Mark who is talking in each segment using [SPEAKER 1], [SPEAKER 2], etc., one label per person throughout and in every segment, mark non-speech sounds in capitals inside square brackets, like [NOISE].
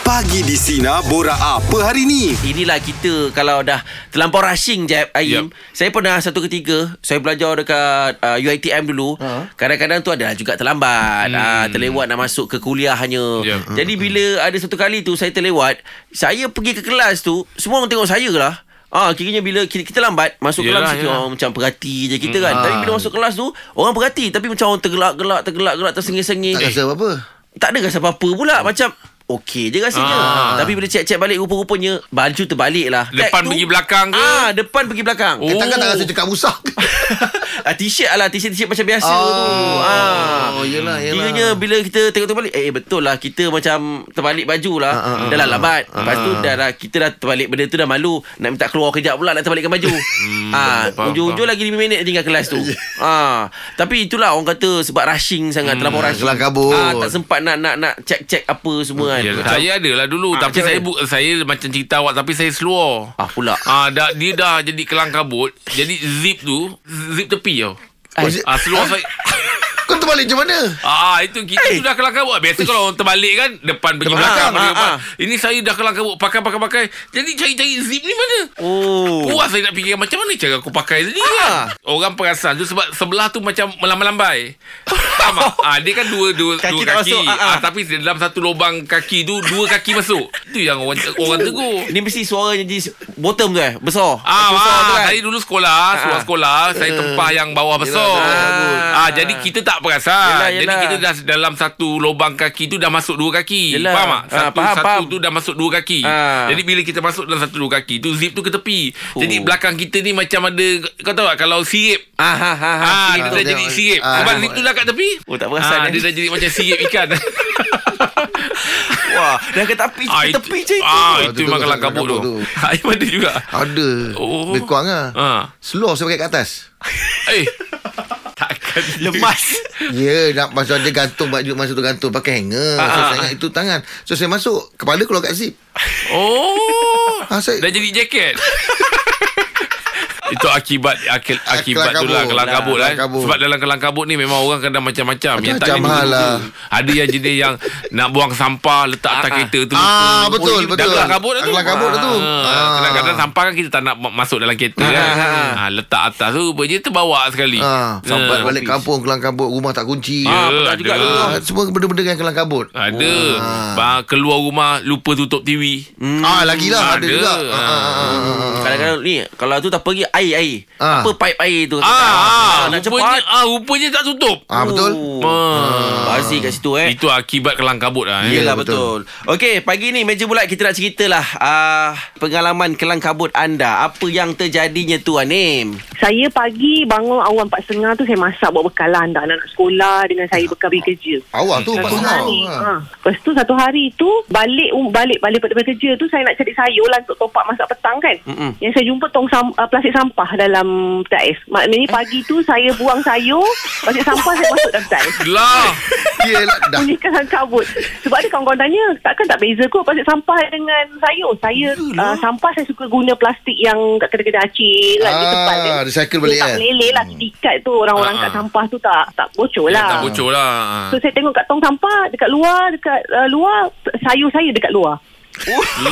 [SPEAKER 1] Pagi di Sina Bora apa hari ni?
[SPEAKER 2] Inilah kita kalau dah terlampau rushing je Aim. Yep. Saya pernah satu ketika saya belajar dekat uh, UiTM dulu.
[SPEAKER 3] Ha.
[SPEAKER 2] Kadang-kadang tu adalah juga terlambat, hmm. uh, terlewat nak masuk ke kuliah hanya.
[SPEAKER 4] Yep.
[SPEAKER 2] Yep. Jadi bila ada satu kali tu saya terlewat, saya pergi ke kelas tu semua orang tengok saya lah. Ah, kiranya bila kita, kita lambat masuk
[SPEAKER 4] Yelah,
[SPEAKER 2] kelas mesti
[SPEAKER 4] yelah.
[SPEAKER 2] orang macam perhati je kita kan.
[SPEAKER 3] Hmm.
[SPEAKER 2] Tapi bila masuk kelas tu orang perhati tapi macam orang tergelak-gelak, tergelak-gelak, tersengih-sengih
[SPEAKER 3] Tak rasa apa-apa
[SPEAKER 2] tak ada rasa apa-apa pula macam okey je rasanya.
[SPEAKER 4] Oh. Ah.
[SPEAKER 2] Tapi bila cek-cek balik rupa-rupanya baju terbalik lah. Tag
[SPEAKER 4] Depan pergi belakang ke?
[SPEAKER 2] Ah, depan pergi belakang.
[SPEAKER 4] Oh.
[SPEAKER 3] Katakan Eh, tak rasa cakap rusak
[SPEAKER 2] [LAUGHS] ah, t-shirt lah, t-shirt t-shirt macam biasa
[SPEAKER 3] Oh.
[SPEAKER 2] tu. Ah.
[SPEAKER 3] Oh, yelah,
[SPEAKER 4] lah.
[SPEAKER 3] yelah.
[SPEAKER 2] Kiranya bila kita tengok terbalik, eh betul lah kita macam terbalik baju lah.
[SPEAKER 3] Ah, ah, ah,
[SPEAKER 2] dah lah lambat. Lepas
[SPEAKER 4] ah.
[SPEAKER 2] tu dah lah kita dah terbalik benda tu dah malu. Nak minta keluar kejap pula nak terbalikkan
[SPEAKER 4] [LAUGHS]
[SPEAKER 2] baju. ah,
[SPEAKER 4] Hmm, faham,
[SPEAKER 2] ujung-ujung lagi 5 minit tinggal kelas
[SPEAKER 4] [LAUGHS]
[SPEAKER 2] tu. ah, tapi itulah orang kata sebab rushing sangat,
[SPEAKER 4] Hmm,
[SPEAKER 2] terlampau rushing.
[SPEAKER 3] kelam
[SPEAKER 4] Oh.
[SPEAKER 3] kabut.
[SPEAKER 2] Ah, tak sempat nak nak nak check-check apa semua kan.
[SPEAKER 4] Ya,
[SPEAKER 2] Macam-
[SPEAKER 4] saya ada lah dulu
[SPEAKER 2] Ah,
[SPEAKER 4] Tapi
[SPEAKER 2] macam
[SPEAKER 4] saya
[SPEAKER 2] mana?
[SPEAKER 4] bu- saya macam cerita awak Tapi saya seluar
[SPEAKER 2] Ah pula.
[SPEAKER 4] Ah, dah, dia dah jadi kelang kabut Jadi zip tu Zip tepi tau
[SPEAKER 3] Oh, zip-
[SPEAKER 4] Ah, seluar saya
[SPEAKER 3] Kau terbalik macam mana?
[SPEAKER 4] Ah itu kita hey. tu dah kelang kabut. Biasa kalau orang terbalik kan depan pergi
[SPEAKER 2] Depan.
[SPEAKER 4] belakang,
[SPEAKER 2] Ah,
[SPEAKER 4] pergi
[SPEAKER 2] ah,
[SPEAKER 4] depan.
[SPEAKER 2] ah.
[SPEAKER 4] Ini saya dah kelang kabut pakai pakai pakai. Jadi cari-cari zip ni mana?
[SPEAKER 2] Oh.
[SPEAKER 4] Puas saya nak fikir macam mana cara aku pakai tadi kan.
[SPEAKER 2] Ah.
[SPEAKER 4] Orang perasan tu sebab sebelah tu macam melambai-lambai. Faham
[SPEAKER 2] [LAUGHS]
[SPEAKER 4] tak? Ah dia kan dua dua
[SPEAKER 2] Kaki
[SPEAKER 4] dua
[SPEAKER 2] tak
[SPEAKER 4] kaki.
[SPEAKER 2] masuk, ah, ah.
[SPEAKER 4] Ah, tapi dalam satu lubang kaki tu dua kaki masuk. Tu yang orang orang tegur.
[SPEAKER 2] Ni mesti suara jadi bottom tu eh, besar.
[SPEAKER 4] Ah,
[SPEAKER 2] Besar tu
[SPEAKER 4] ah, ah
[SPEAKER 2] kan. Hmm.
[SPEAKER 4] saya dulu sekolah, sekolah sekolah, saya tempah yang bawah besar.
[SPEAKER 3] yelah,
[SPEAKER 2] yelah.
[SPEAKER 4] Ah, jadi kita tak perasan.
[SPEAKER 2] Yelah,
[SPEAKER 4] Jadi
[SPEAKER 2] yelah.
[SPEAKER 4] kita dah dalam satu lubang kaki tu dah masuk dua kaki.
[SPEAKER 2] Yelah.
[SPEAKER 4] Faham tak?
[SPEAKER 2] Ah,
[SPEAKER 4] Satu
[SPEAKER 2] faham,
[SPEAKER 4] satu
[SPEAKER 2] faham.
[SPEAKER 4] tu dah masuk dua kaki.
[SPEAKER 2] Ah.
[SPEAKER 4] Jadi bila kita masuk dalam satu dua kaki tu zip tu ke tepi. Jadi
[SPEAKER 2] Oh.
[SPEAKER 4] belakang kita ni macam ada kau tahu tak kalau sirip.
[SPEAKER 2] Ah, ha, ha, ha.
[SPEAKER 4] Ah,
[SPEAKER 3] sirip
[SPEAKER 4] dia
[SPEAKER 3] tu
[SPEAKER 4] dah
[SPEAKER 3] tengok.
[SPEAKER 4] jadi sirip.
[SPEAKER 3] Ah,
[SPEAKER 4] Sebab
[SPEAKER 3] tengok.
[SPEAKER 4] zip tu dah kat tepi.
[SPEAKER 2] Oh, tak perasan,
[SPEAKER 4] Ah,
[SPEAKER 2] eh.
[SPEAKER 4] dia dah jadi macam sirip
[SPEAKER 2] [LAUGHS]
[SPEAKER 4] ikan.
[SPEAKER 2] Wah, dah ke tepi,
[SPEAKER 4] Ah, itu-
[SPEAKER 2] tepi je itu.
[SPEAKER 4] Ah,
[SPEAKER 3] Ah,
[SPEAKER 4] itu
[SPEAKER 3] tu
[SPEAKER 4] memang
[SPEAKER 3] tu
[SPEAKER 4] kelang
[SPEAKER 3] kelang
[SPEAKER 4] kabut tu.
[SPEAKER 3] kabut tu.
[SPEAKER 4] Aim ada juga.
[SPEAKER 3] Ada
[SPEAKER 4] Oh.
[SPEAKER 3] Lebih kurang
[SPEAKER 2] Ah.
[SPEAKER 3] lah
[SPEAKER 4] Ha.
[SPEAKER 3] Seluar saya pakai kat atas
[SPEAKER 4] Eh. [LAUGHS] Takkan
[SPEAKER 2] Lemas.
[SPEAKER 3] Ya nak Pasal dia gantung Baju masa tu gantung Pakai hanger So
[SPEAKER 4] Ah.
[SPEAKER 3] saya ingat itu tangan So saya masuk Kepala keluar kat zip
[SPEAKER 4] Oh.
[SPEAKER 3] Ah, saya-
[SPEAKER 4] Dah jadi jaket. [LAUGHS] Itu akibat akil, akibat tu lah
[SPEAKER 3] Ah, kabut
[SPEAKER 4] kelang
[SPEAKER 3] lah.
[SPEAKER 4] kabut lah.
[SPEAKER 3] Kelang kabut.
[SPEAKER 4] Sebab dalam kelang kabut ni memang orang kadang macam-macam. Yang tak
[SPEAKER 3] Macam-macam
[SPEAKER 4] boleh
[SPEAKER 3] hal lah.
[SPEAKER 4] duduk. Ada yang jenis yang nak buang sampah letak
[SPEAKER 2] Ah,
[SPEAKER 4] atas
[SPEAKER 2] ah.
[SPEAKER 4] kereta tu.
[SPEAKER 3] Ah, betul,
[SPEAKER 4] ini Dah
[SPEAKER 3] betul.
[SPEAKER 4] kelang kabut dah tu.
[SPEAKER 3] Kelang kabut dah tu.
[SPEAKER 4] Ah,
[SPEAKER 3] Ah.
[SPEAKER 4] Kadang-kadang sampah kan kita tak nak ma- masuk dalam kereta kan. Ah, letak atas tu rupanya terbawa sekali.
[SPEAKER 3] ah, Sampai
[SPEAKER 4] Ah.
[SPEAKER 3] balik kampung Kelang kabut Rumah tak kunci
[SPEAKER 4] Ya,
[SPEAKER 2] Ah, pernah juga
[SPEAKER 4] ada.
[SPEAKER 2] dulu.
[SPEAKER 3] Ah, Semua benda-benda yang kelang kabut
[SPEAKER 4] Ada. Bah, keluar rumah lupa tutup TV.
[SPEAKER 3] Ah, lagilah
[SPEAKER 4] Ada.
[SPEAKER 3] ada, juga. Ah, ah, ah, ah.
[SPEAKER 2] Kadang-kadang ni, kalau tu tak pergi air air.
[SPEAKER 3] Ah.
[SPEAKER 2] Apa pipe air tu?
[SPEAKER 4] Ah, ah,
[SPEAKER 2] nak
[SPEAKER 4] rupanya,
[SPEAKER 2] cepat.
[SPEAKER 4] ah, rupanya tak tutup.
[SPEAKER 3] Ah, betul.
[SPEAKER 2] Oh.
[SPEAKER 4] Ah.
[SPEAKER 2] Bazir kat situ eh.
[SPEAKER 4] Itu akibat kelang kabut lah. Eh.
[SPEAKER 2] Yelah
[SPEAKER 3] Ya,
[SPEAKER 2] betul. Okey, pagi ni meja bulat kita nak ceritalah uh, pengalaman kelang kabut anda. Apa yang terjadinya tu Anim?
[SPEAKER 5] Saya pagi bangun awal 4.30 tu saya masak buat bekal lah anak-anak sekolah dengan saya bekal pergi kerja.
[SPEAKER 3] Awak tu empat
[SPEAKER 5] Satu
[SPEAKER 3] setengah.
[SPEAKER 5] hari.
[SPEAKER 3] Ah.
[SPEAKER 5] Ha. Lepas tu satu hari tu balik um, balik balik daripada kerja tu saya nak cari sayur lah untuk top up masak petang kan.
[SPEAKER 2] Mm-mm.
[SPEAKER 5] Yang saya jumpa tong sam, uh, plastik sampah dalam tais. Maknanya pagi tu saya buang sayur, plastik sampah saya masuk dalam tais.
[SPEAKER 4] Lah.
[SPEAKER 3] Yelah, dah.
[SPEAKER 5] Bunyikan kabut Sebab ada kawan-kawan tanya Takkan tak beza kot Plastik sampah dengan sayur Saya uh, Sampah saya suka guna plastik Yang kat kedai-kedai acil lah, Dia
[SPEAKER 3] Ah,
[SPEAKER 5] tempat dia
[SPEAKER 3] recycle
[SPEAKER 5] dia
[SPEAKER 3] balik,
[SPEAKER 5] Tak
[SPEAKER 3] eh?
[SPEAKER 5] meleleh lah Tikat tu orang-orang
[SPEAKER 4] kan? Hmm. Ah,
[SPEAKER 5] kat
[SPEAKER 4] ah.
[SPEAKER 5] sampah tu Tak tak bocor
[SPEAKER 4] Ya,
[SPEAKER 5] lah
[SPEAKER 4] tak bocor lah.
[SPEAKER 5] So saya tengok kat tong sampah Dekat luar Dekat uh, luar Sayur saya dekat luar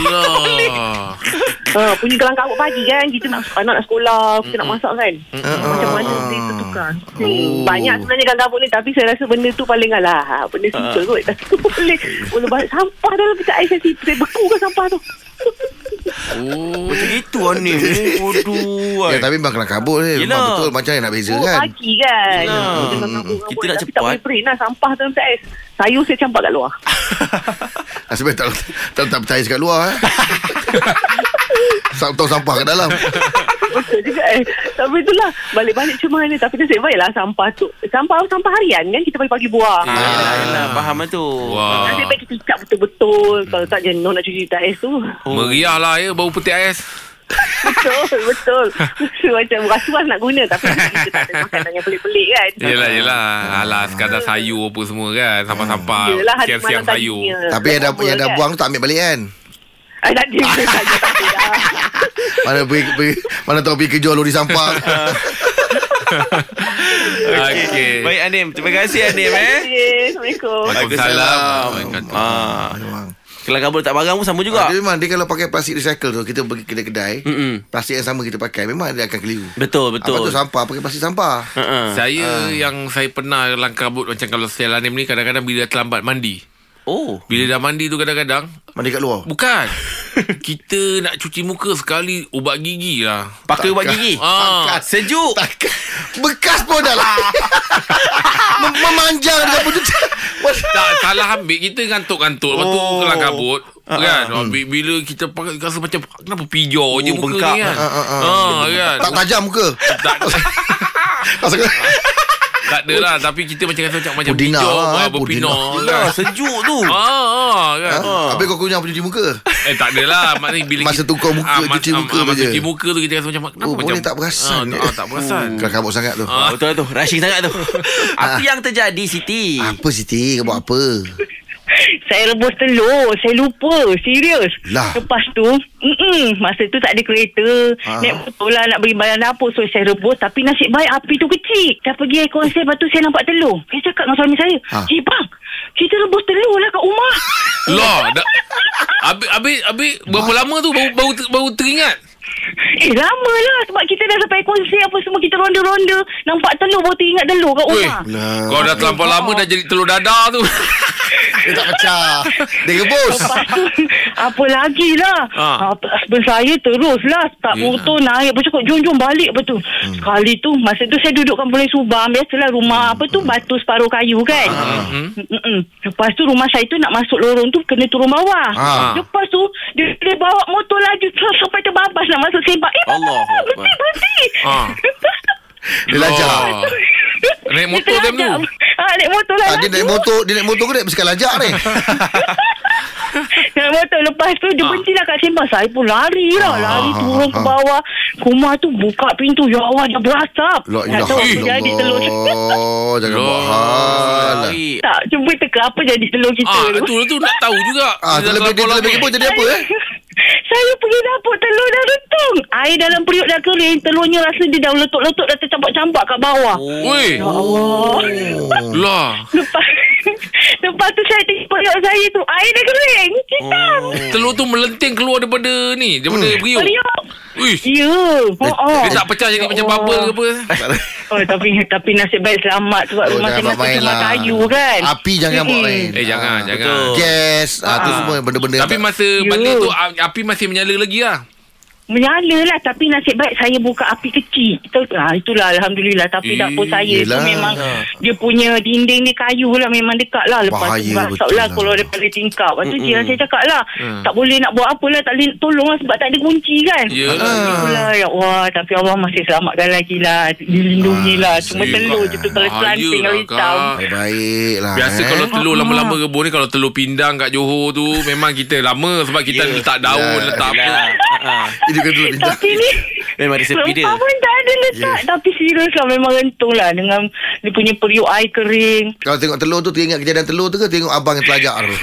[SPEAKER 4] Lah.
[SPEAKER 5] uh, Punya gelang kabut pagi kan Kita nak anak nak sekolah Kita nak masak kan
[SPEAKER 3] Ah,
[SPEAKER 5] Macam mana
[SPEAKER 2] Ah.
[SPEAKER 5] boleh tertukar
[SPEAKER 3] Oh.
[SPEAKER 5] hmm. Banyak sebenarnya gelang kabut ni Tapi saya rasa benda tu paling alah ha, Benda
[SPEAKER 2] Ah.
[SPEAKER 5] simple kot [LAUGHS] Tapi boleh Boleh balik sampah dalam Kita air saya, saya bekukan sampah tu
[SPEAKER 4] Oh.
[SPEAKER 2] Macam itu Anim. Aduh.
[SPEAKER 3] Ya, tapi memang kelang kabut ni. Memang
[SPEAKER 2] Yelah.
[SPEAKER 3] betul macam yang nak beza
[SPEAKER 5] Oh,
[SPEAKER 3] kan.
[SPEAKER 5] pagi kan
[SPEAKER 2] Yelah. Hmm,
[SPEAKER 5] Gelang kabut,
[SPEAKER 2] Kita
[SPEAKER 5] kabut.
[SPEAKER 2] nak
[SPEAKER 5] Tapi tak
[SPEAKER 2] cepat.
[SPEAKER 5] boleh print lah Sampah dalam ais Sayur saya campak kat
[SPEAKER 2] [LAUGHS]
[SPEAKER 5] luar
[SPEAKER 3] Ah, Sebab tak tak tak percaya kat
[SPEAKER 5] [LAUGHS]
[SPEAKER 3] luar eh. Sampai sampah kat dalam.
[SPEAKER 5] Betul juga eh Tapi itulah Balik-balik cuma ni Tapi nasib baik lah sampah tu Sampah sampah harian kan Kita pagi-pagi buang
[SPEAKER 2] Ah, yelah, yelah, faham lah tu.
[SPEAKER 4] Wah.
[SPEAKER 5] Nasib baik kita ikat betul-betul Kalau tak jenuh nak cuci tais tu
[SPEAKER 4] Meriah lah ya bau petik ais.
[SPEAKER 5] Betul [LAUGHS] Betul Mesti Macam rasuah nak guna Tapi kita tak ada makanan yang pelik-pelik kan
[SPEAKER 4] Yelah, yelah. Alah, sekadar sayur apa semua kan. Sampah-sampah.
[SPEAKER 5] Ah, Yelah hari
[SPEAKER 4] Siang-siang
[SPEAKER 5] malam
[SPEAKER 4] sayur.
[SPEAKER 5] tadinya. Ah,
[SPEAKER 3] Tapi yang dah,
[SPEAKER 5] Apa
[SPEAKER 3] yang dah
[SPEAKER 5] [LAUGHS]
[SPEAKER 3] buang tu tak ambil balik kan.
[SPEAKER 5] Ay, tak ada Tak ada, tak
[SPEAKER 4] [LAUGHS]
[SPEAKER 5] ada.
[SPEAKER 3] Mana pergi, pergi mana tahu pergi kejual lori
[SPEAKER 2] [LAUGHS]
[SPEAKER 3] sampah.
[SPEAKER 4] Okey.
[SPEAKER 2] Baik Anim, terima kasih Anim eh.
[SPEAKER 5] Terima kasih. Assalamualaikum
[SPEAKER 4] Waalaikumsalam. Waalaikumsalam.
[SPEAKER 2] Ah.
[SPEAKER 3] Memang.
[SPEAKER 2] Kalau kamu letak barang pun sama juga.
[SPEAKER 3] Dia memang dia kalau pakai plastik recycle tu kita pergi kedai-kedai,
[SPEAKER 2] Mm-mm.
[SPEAKER 3] plastik yang sama kita pakai memang dia akan keliru.
[SPEAKER 2] Betul, Hmm. betul.
[SPEAKER 3] Apa tu sampah pakai plastik sampah.
[SPEAKER 2] Ha-ha.
[SPEAKER 3] Ah.
[SPEAKER 4] Saya yang saya pernah langkah kabut macam kalau Stella Nim ni kadang-kadang bila terlambat mandi.
[SPEAKER 2] Oh.
[SPEAKER 3] Hmm.
[SPEAKER 4] Bila dah mandi tu kadang-kadang
[SPEAKER 3] Mandi kat
[SPEAKER 2] [LAUGHS]
[SPEAKER 3] luar. [LAUGHS]
[SPEAKER 4] bukan kita nak cuci muka sekali ubat gigi lah.
[SPEAKER 2] Pakai ubat
[SPEAKER 3] Eh,
[SPEAKER 2] gigi.
[SPEAKER 4] Ah,
[SPEAKER 2] [LAUGHS] Sejuk.
[SPEAKER 3] Takkan Bekas pun dah
[SPEAKER 2] [LAUGHS]
[SPEAKER 3] lah Mem- Memanjang dengan benda tu.
[SPEAKER 2] [LAUGHS]
[SPEAKER 4] tak salah ambil kita ngantuk-ngantuk lepas tu
[SPEAKER 2] Oh.
[SPEAKER 4] kelang kabut
[SPEAKER 3] Ah,
[SPEAKER 4] kan
[SPEAKER 3] hmm.
[SPEAKER 4] Bi- bila kita pakai rasa macam kenapa pijau je muka
[SPEAKER 2] bengkak.
[SPEAKER 4] ni kan
[SPEAKER 3] Ah, ah, ah.
[SPEAKER 4] Ah, kan
[SPEAKER 3] Tak tajam muka
[SPEAKER 4] tak
[SPEAKER 3] Rasa-
[SPEAKER 4] tak ada lah tapi kita macam rasa macam macam
[SPEAKER 3] Pudina
[SPEAKER 4] pijau
[SPEAKER 3] lah,
[SPEAKER 4] ah, berpinor
[SPEAKER 3] pudina.
[SPEAKER 4] kan
[SPEAKER 2] Ya, sejuk tu.
[SPEAKER 4] ah, ah, kan
[SPEAKER 3] Ha? Habis kau kunyah pencuci muka
[SPEAKER 4] Eh tak adalah Maknanya bila
[SPEAKER 3] Masa
[SPEAKER 4] kita- Ah,
[SPEAKER 3] tukar muka,
[SPEAKER 4] mas-
[SPEAKER 3] cuci muka
[SPEAKER 4] mas-
[SPEAKER 3] je.
[SPEAKER 4] Cuci muka tu kita rasa macam Kenapa
[SPEAKER 3] Oh
[SPEAKER 4] macam
[SPEAKER 3] boleh tak perasan
[SPEAKER 4] ah, ah, Tak perasan
[SPEAKER 3] Kalau kabut sangat tu
[SPEAKER 2] Ah, betul lah tu. Rushing sangat
[SPEAKER 3] [LAUGHS]
[SPEAKER 2] tu. Apa yang terjadi Siti?
[SPEAKER 3] Apa Siti Kau buat apa
[SPEAKER 5] Saya rebus telur Saya lupa Serius
[SPEAKER 3] Lah.
[SPEAKER 5] Lepas tu mm-mm, Masa tu tak ada kereta
[SPEAKER 3] Ah.
[SPEAKER 5] Naik betul lah Nak beri barang dapur So saya rebus Tapi nasib baik Api tu kecil Dah pergi aircon saya Lepas tu saya nampak telur Saya cakap dengan suami saya
[SPEAKER 3] Ah.
[SPEAKER 5] Eh bang Kita rebus telur lah kat
[SPEAKER 4] [LAUGHS]
[SPEAKER 5] rumah
[SPEAKER 4] Lah dah, Habis, habis, habis Berapa lama tu Baru baru, ter- baru teringat
[SPEAKER 5] Eh lama lah Sebab kita dah sampai aircon saya Apa semua Kita ronda-ronda Nampak telur Baru teringat telur kat
[SPEAKER 4] Weh
[SPEAKER 5] rumah
[SPEAKER 3] Lah.
[SPEAKER 4] Kau dah terlampau
[SPEAKER 5] Ah.
[SPEAKER 4] lama Dah jadi telur dadar tu
[SPEAKER 3] Dia tak pecah Dia rebus
[SPEAKER 5] Lepas tu [LAUGHS] Apa lagi lah
[SPEAKER 4] Ah.
[SPEAKER 5] ha. Husband saya terus lah Tak
[SPEAKER 4] Yelah.
[SPEAKER 5] motor naik Lepas tu cakap Jom jom balik Lepas tu hmm. Sekali tu Masa tu saya duduk Kampung Subang Biasalah rumah Apa tu Batu separuh kayu kan
[SPEAKER 4] Hmm.
[SPEAKER 5] Mm-mm. Lepas tu rumah saya tu Nak masuk lorong tu Kena turun bawah
[SPEAKER 3] Ah.
[SPEAKER 5] Lepas tu Dia, dia bawa motor laju terus Sampai terbabas Nak masuk sebab Eh
[SPEAKER 2] Allah
[SPEAKER 5] Allah Berhenti
[SPEAKER 2] Akbar.
[SPEAKER 5] berhenti [LAUGHS]
[SPEAKER 4] Ah.
[SPEAKER 3] Dia lajak
[SPEAKER 4] Lah. Naik motor
[SPEAKER 5] Dia
[SPEAKER 4] time tu
[SPEAKER 5] terlajak. Ah, Naik motor lah
[SPEAKER 3] Ah, Dia naik
[SPEAKER 5] laju.
[SPEAKER 3] motor Dia naik motor ke naik Bersihkan lajak ni
[SPEAKER 5] Naik motor lepas tu dia berhentilah kat sembang saya pun lari lah
[SPEAKER 3] Ah,
[SPEAKER 5] lari
[SPEAKER 3] ah,
[SPEAKER 5] turun
[SPEAKER 3] ah,
[SPEAKER 5] ke
[SPEAKER 3] ah.
[SPEAKER 5] bawah rumah tu buka pintu ya Allah dia berasap
[SPEAKER 3] La ilaha
[SPEAKER 5] tak tahu apa jadi telur
[SPEAKER 3] illallah Jangan buat
[SPEAKER 4] Lah.
[SPEAKER 3] hal
[SPEAKER 2] Baik.
[SPEAKER 5] tak cuba teka apa jadi telur kita
[SPEAKER 4] Ah,
[SPEAKER 5] tu
[SPEAKER 4] tu tu nak tahu juga.
[SPEAKER 3] Ah,
[SPEAKER 4] Dia dah
[SPEAKER 3] Terlebih dia
[SPEAKER 4] terlampau
[SPEAKER 3] terlebih
[SPEAKER 4] lama.
[SPEAKER 3] pun jadi apa eh
[SPEAKER 5] [LAUGHS] saya pergi dapur telur dah retung air dalam periuk dah kering telurnya rasa dia dah letup-letup dah tercampak-campak kat bawah
[SPEAKER 4] Weh,
[SPEAKER 5] oh.
[SPEAKER 4] lah.
[SPEAKER 5] [LAUGHS] lepas lepas tu saya tengok periuk saya tu air dah kering hitam
[SPEAKER 4] Telur tu melenting keluar daripada ni, daripada
[SPEAKER 3] Hmm.
[SPEAKER 4] periuk.
[SPEAKER 5] periuk
[SPEAKER 4] Uish.
[SPEAKER 5] Ya. Oh, oh.
[SPEAKER 4] Dia tak pecah jadi macam
[SPEAKER 5] Allah.
[SPEAKER 4] bubble ke apa.
[SPEAKER 5] Oh tapi tapi nasib baik selamat sebab
[SPEAKER 3] Oh,
[SPEAKER 5] oh, rumah
[SPEAKER 3] jangan
[SPEAKER 5] saya
[SPEAKER 3] buat
[SPEAKER 5] masih
[SPEAKER 3] main
[SPEAKER 5] rumah
[SPEAKER 3] lah.
[SPEAKER 5] kayu kan.
[SPEAKER 3] Api jangan buat main.
[SPEAKER 4] Eh, jangan,
[SPEAKER 3] Ah,
[SPEAKER 4] jangan.
[SPEAKER 2] betul.
[SPEAKER 3] Gas, ah, tu
[SPEAKER 5] Ah.
[SPEAKER 3] semua benda-benda yang
[SPEAKER 4] Tapi
[SPEAKER 3] tak-
[SPEAKER 4] masa
[SPEAKER 5] Ya.
[SPEAKER 4] balik tu a- api masih menyala lagi lah.
[SPEAKER 5] Menyala lah tapi nasib baik saya buka api kecil. Kita, ah, itulah Alhamdulillah
[SPEAKER 4] Eh,
[SPEAKER 5] tapi dapur saya
[SPEAKER 3] yelah.
[SPEAKER 5] tu memang
[SPEAKER 4] Ha.
[SPEAKER 5] dia punya dinding ni kayu lah memang dekat lah. Lepas
[SPEAKER 3] Bahaya
[SPEAKER 5] tu berasap
[SPEAKER 3] betul
[SPEAKER 5] lah
[SPEAKER 3] lah. Ha.
[SPEAKER 5] kalau daripada tingkap. Lepas tu jiran saya cakap lah tak boleh nak buat apa lah tak boleh tolong lah sebab tak ada kunci kan.
[SPEAKER 4] Ya.
[SPEAKER 5] Itulah
[SPEAKER 3] Ah.
[SPEAKER 5] ya Allah tapi Allah masih selamatkan lagi lah dilindungi
[SPEAKER 3] Ah,
[SPEAKER 5] lah cuma
[SPEAKER 4] Serius,
[SPEAKER 5] telur
[SPEAKER 4] Kak.
[SPEAKER 5] je tu kalau
[SPEAKER 4] Bahaya lah,
[SPEAKER 5] selanting kalau hitam.
[SPEAKER 4] Kak.
[SPEAKER 3] Baik-baik lah
[SPEAKER 4] Biasa
[SPEAKER 3] eh.
[SPEAKER 4] kalau
[SPEAKER 2] Ah,
[SPEAKER 4] telur lama-lama rebus ni Kalau telur pindang kat Johor tu Memang kita lama Sebab kita
[SPEAKER 3] Ya.
[SPEAKER 4] yeah. letak daun
[SPEAKER 3] Yeah.
[SPEAKER 4] yeah. Letak apa
[SPEAKER 2] Yalah. Ha.
[SPEAKER 3] Ini kan telur pindang
[SPEAKER 5] Tapi
[SPEAKER 4] [LAUGHS]
[SPEAKER 5] ni
[SPEAKER 2] Memang ada sepi dia.
[SPEAKER 5] Rempah pun tak ada letak yeah. Tapi serius lah Memang rentung lah Dengan Dia punya periuk air kering
[SPEAKER 3] Kalau tengok telur tu Teringat kejadian telur tu ke Tengok abang yang telajak
[SPEAKER 4] [LAUGHS]
[SPEAKER 3] tu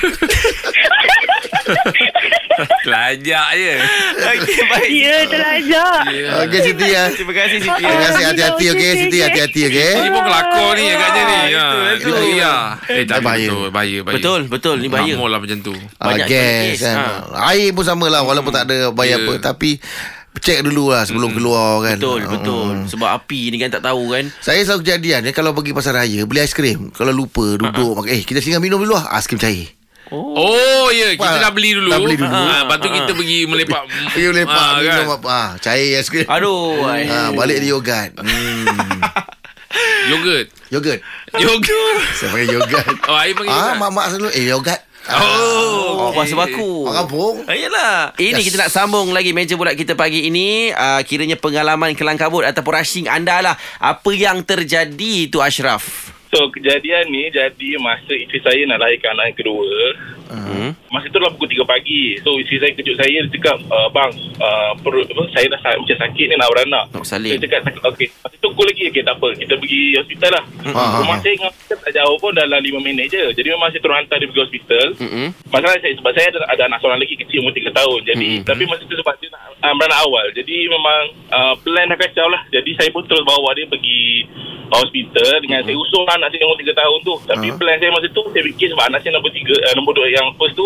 [SPEAKER 4] Telajak je
[SPEAKER 2] Okey, baik.
[SPEAKER 5] Ya
[SPEAKER 3] [LAUGHS]
[SPEAKER 5] terlajak yeah.
[SPEAKER 3] Okey Siti ya
[SPEAKER 2] Terima kasih Siti.
[SPEAKER 3] Terima kasih hati-hati
[SPEAKER 5] Okey,
[SPEAKER 3] okey
[SPEAKER 5] okey,
[SPEAKER 3] Siti
[SPEAKER 5] okey.
[SPEAKER 3] hati-hati okey
[SPEAKER 4] Ini
[SPEAKER 2] Ah,
[SPEAKER 4] pun kelakor ni agaknya
[SPEAKER 2] Wah,
[SPEAKER 4] ni ha.
[SPEAKER 2] betul,
[SPEAKER 4] Kita-
[SPEAKER 3] betul.
[SPEAKER 4] Ya Eh tapi
[SPEAKER 3] Bahaya.
[SPEAKER 4] betul Bahaya, bahaya.
[SPEAKER 2] lah, Betul, betul. Ni bahaya.
[SPEAKER 4] Makmur lah macam tu
[SPEAKER 3] Ah,
[SPEAKER 2] Banyak
[SPEAKER 3] gas
[SPEAKER 2] jenis,
[SPEAKER 3] kan. Air pun sama lah Walaupun tak ada bayar
[SPEAKER 4] Ya.
[SPEAKER 3] apa Tapi Cek dulu lah Sebelum keluar kan
[SPEAKER 2] Betul,
[SPEAKER 3] Ah,
[SPEAKER 2] betul. Sebab api ni kan tak tahu kan.
[SPEAKER 3] Saya selalu kejadian ni Kalau pergi pasar raya Beli aiskrim Kalau lupa duduk makan, Eh kita singgah minum dulu lah Aiskrim cair
[SPEAKER 4] Oh ya yeah. Kita
[SPEAKER 3] Wah,
[SPEAKER 4] dah beli dulu
[SPEAKER 3] dah beli dulu.
[SPEAKER 4] ha,
[SPEAKER 2] Ah,
[SPEAKER 4] Lepas tu kita pergi melepak
[SPEAKER 3] [LAUGHS] Pergi boleh pak
[SPEAKER 4] Ah,
[SPEAKER 3] Minum apa ah, Cair aiskrim
[SPEAKER 2] Aduh. ai.
[SPEAKER 3] ah, Balik dia yogurt hmm. [LAUGHS]
[SPEAKER 4] Yogurt
[SPEAKER 3] Yogurt
[SPEAKER 4] Yogurt
[SPEAKER 3] Saya panggil yogurt
[SPEAKER 4] Oh air panggil
[SPEAKER 3] Ah,
[SPEAKER 4] yogurt
[SPEAKER 3] mak-mak selalu Eh yogurt
[SPEAKER 2] Oh, puasa baku.
[SPEAKER 3] Orang pun
[SPEAKER 2] Ayolah. Ini
[SPEAKER 3] Yes.
[SPEAKER 2] kita nak sambung lagi meja bulat kita pagi ini. Uh, kiranya pengalaman kelang kabut ataupun rushing anda lah. Apa yang terjadi tu Ashraf?
[SPEAKER 6] So kejadian ni jadi masa isteri saya nak lahirkan anak kedua.
[SPEAKER 2] Hmm.
[SPEAKER 6] Masa tu lah pukul 3 pagi. So isteri saya kejut saya dia cakap uh, bang uh, perut apa saya dah sa- macam sakit ni nak beranak.
[SPEAKER 2] Nak bersalin.
[SPEAKER 6] Saya cakap sakit okey. Masa tu call lagi okey tak apa kita pergi hospital lah.
[SPEAKER 2] Hmm,
[SPEAKER 3] Ah,
[SPEAKER 6] Rumah
[SPEAKER 3] ah,
[SPEAKER 6] saya dengan hospital tak jauh pun dalam 5 minit je. Jadi memang saya terus hantar dia pergi hospital.
[SPEAKER 2] Mm-mm.
[SPEAKER 6] Masalah saya sebab saya ada, ada anak seorang lagi kecil umur 3 tahun. Jadi
[SPEAKER 3] Mm-hmm.
[SPEAKER 2] Mm-mm.
[SPEAKER 6] tapi masa tu sebab dia nak uh, beranak awal. Jadi memang uh, plan dah kacau lah. Jadi saya pun terus bawa dia pergi hospital dengan saya usung anak saya umur 3 tahun tu. Tapi
[SPEAKER 3] Mm-hmm. Ah.
[SPEAKER 6] plan saya masa tu saya fikir sebab anak saya nombor 3 uh, nombor 2 ah, yang first tu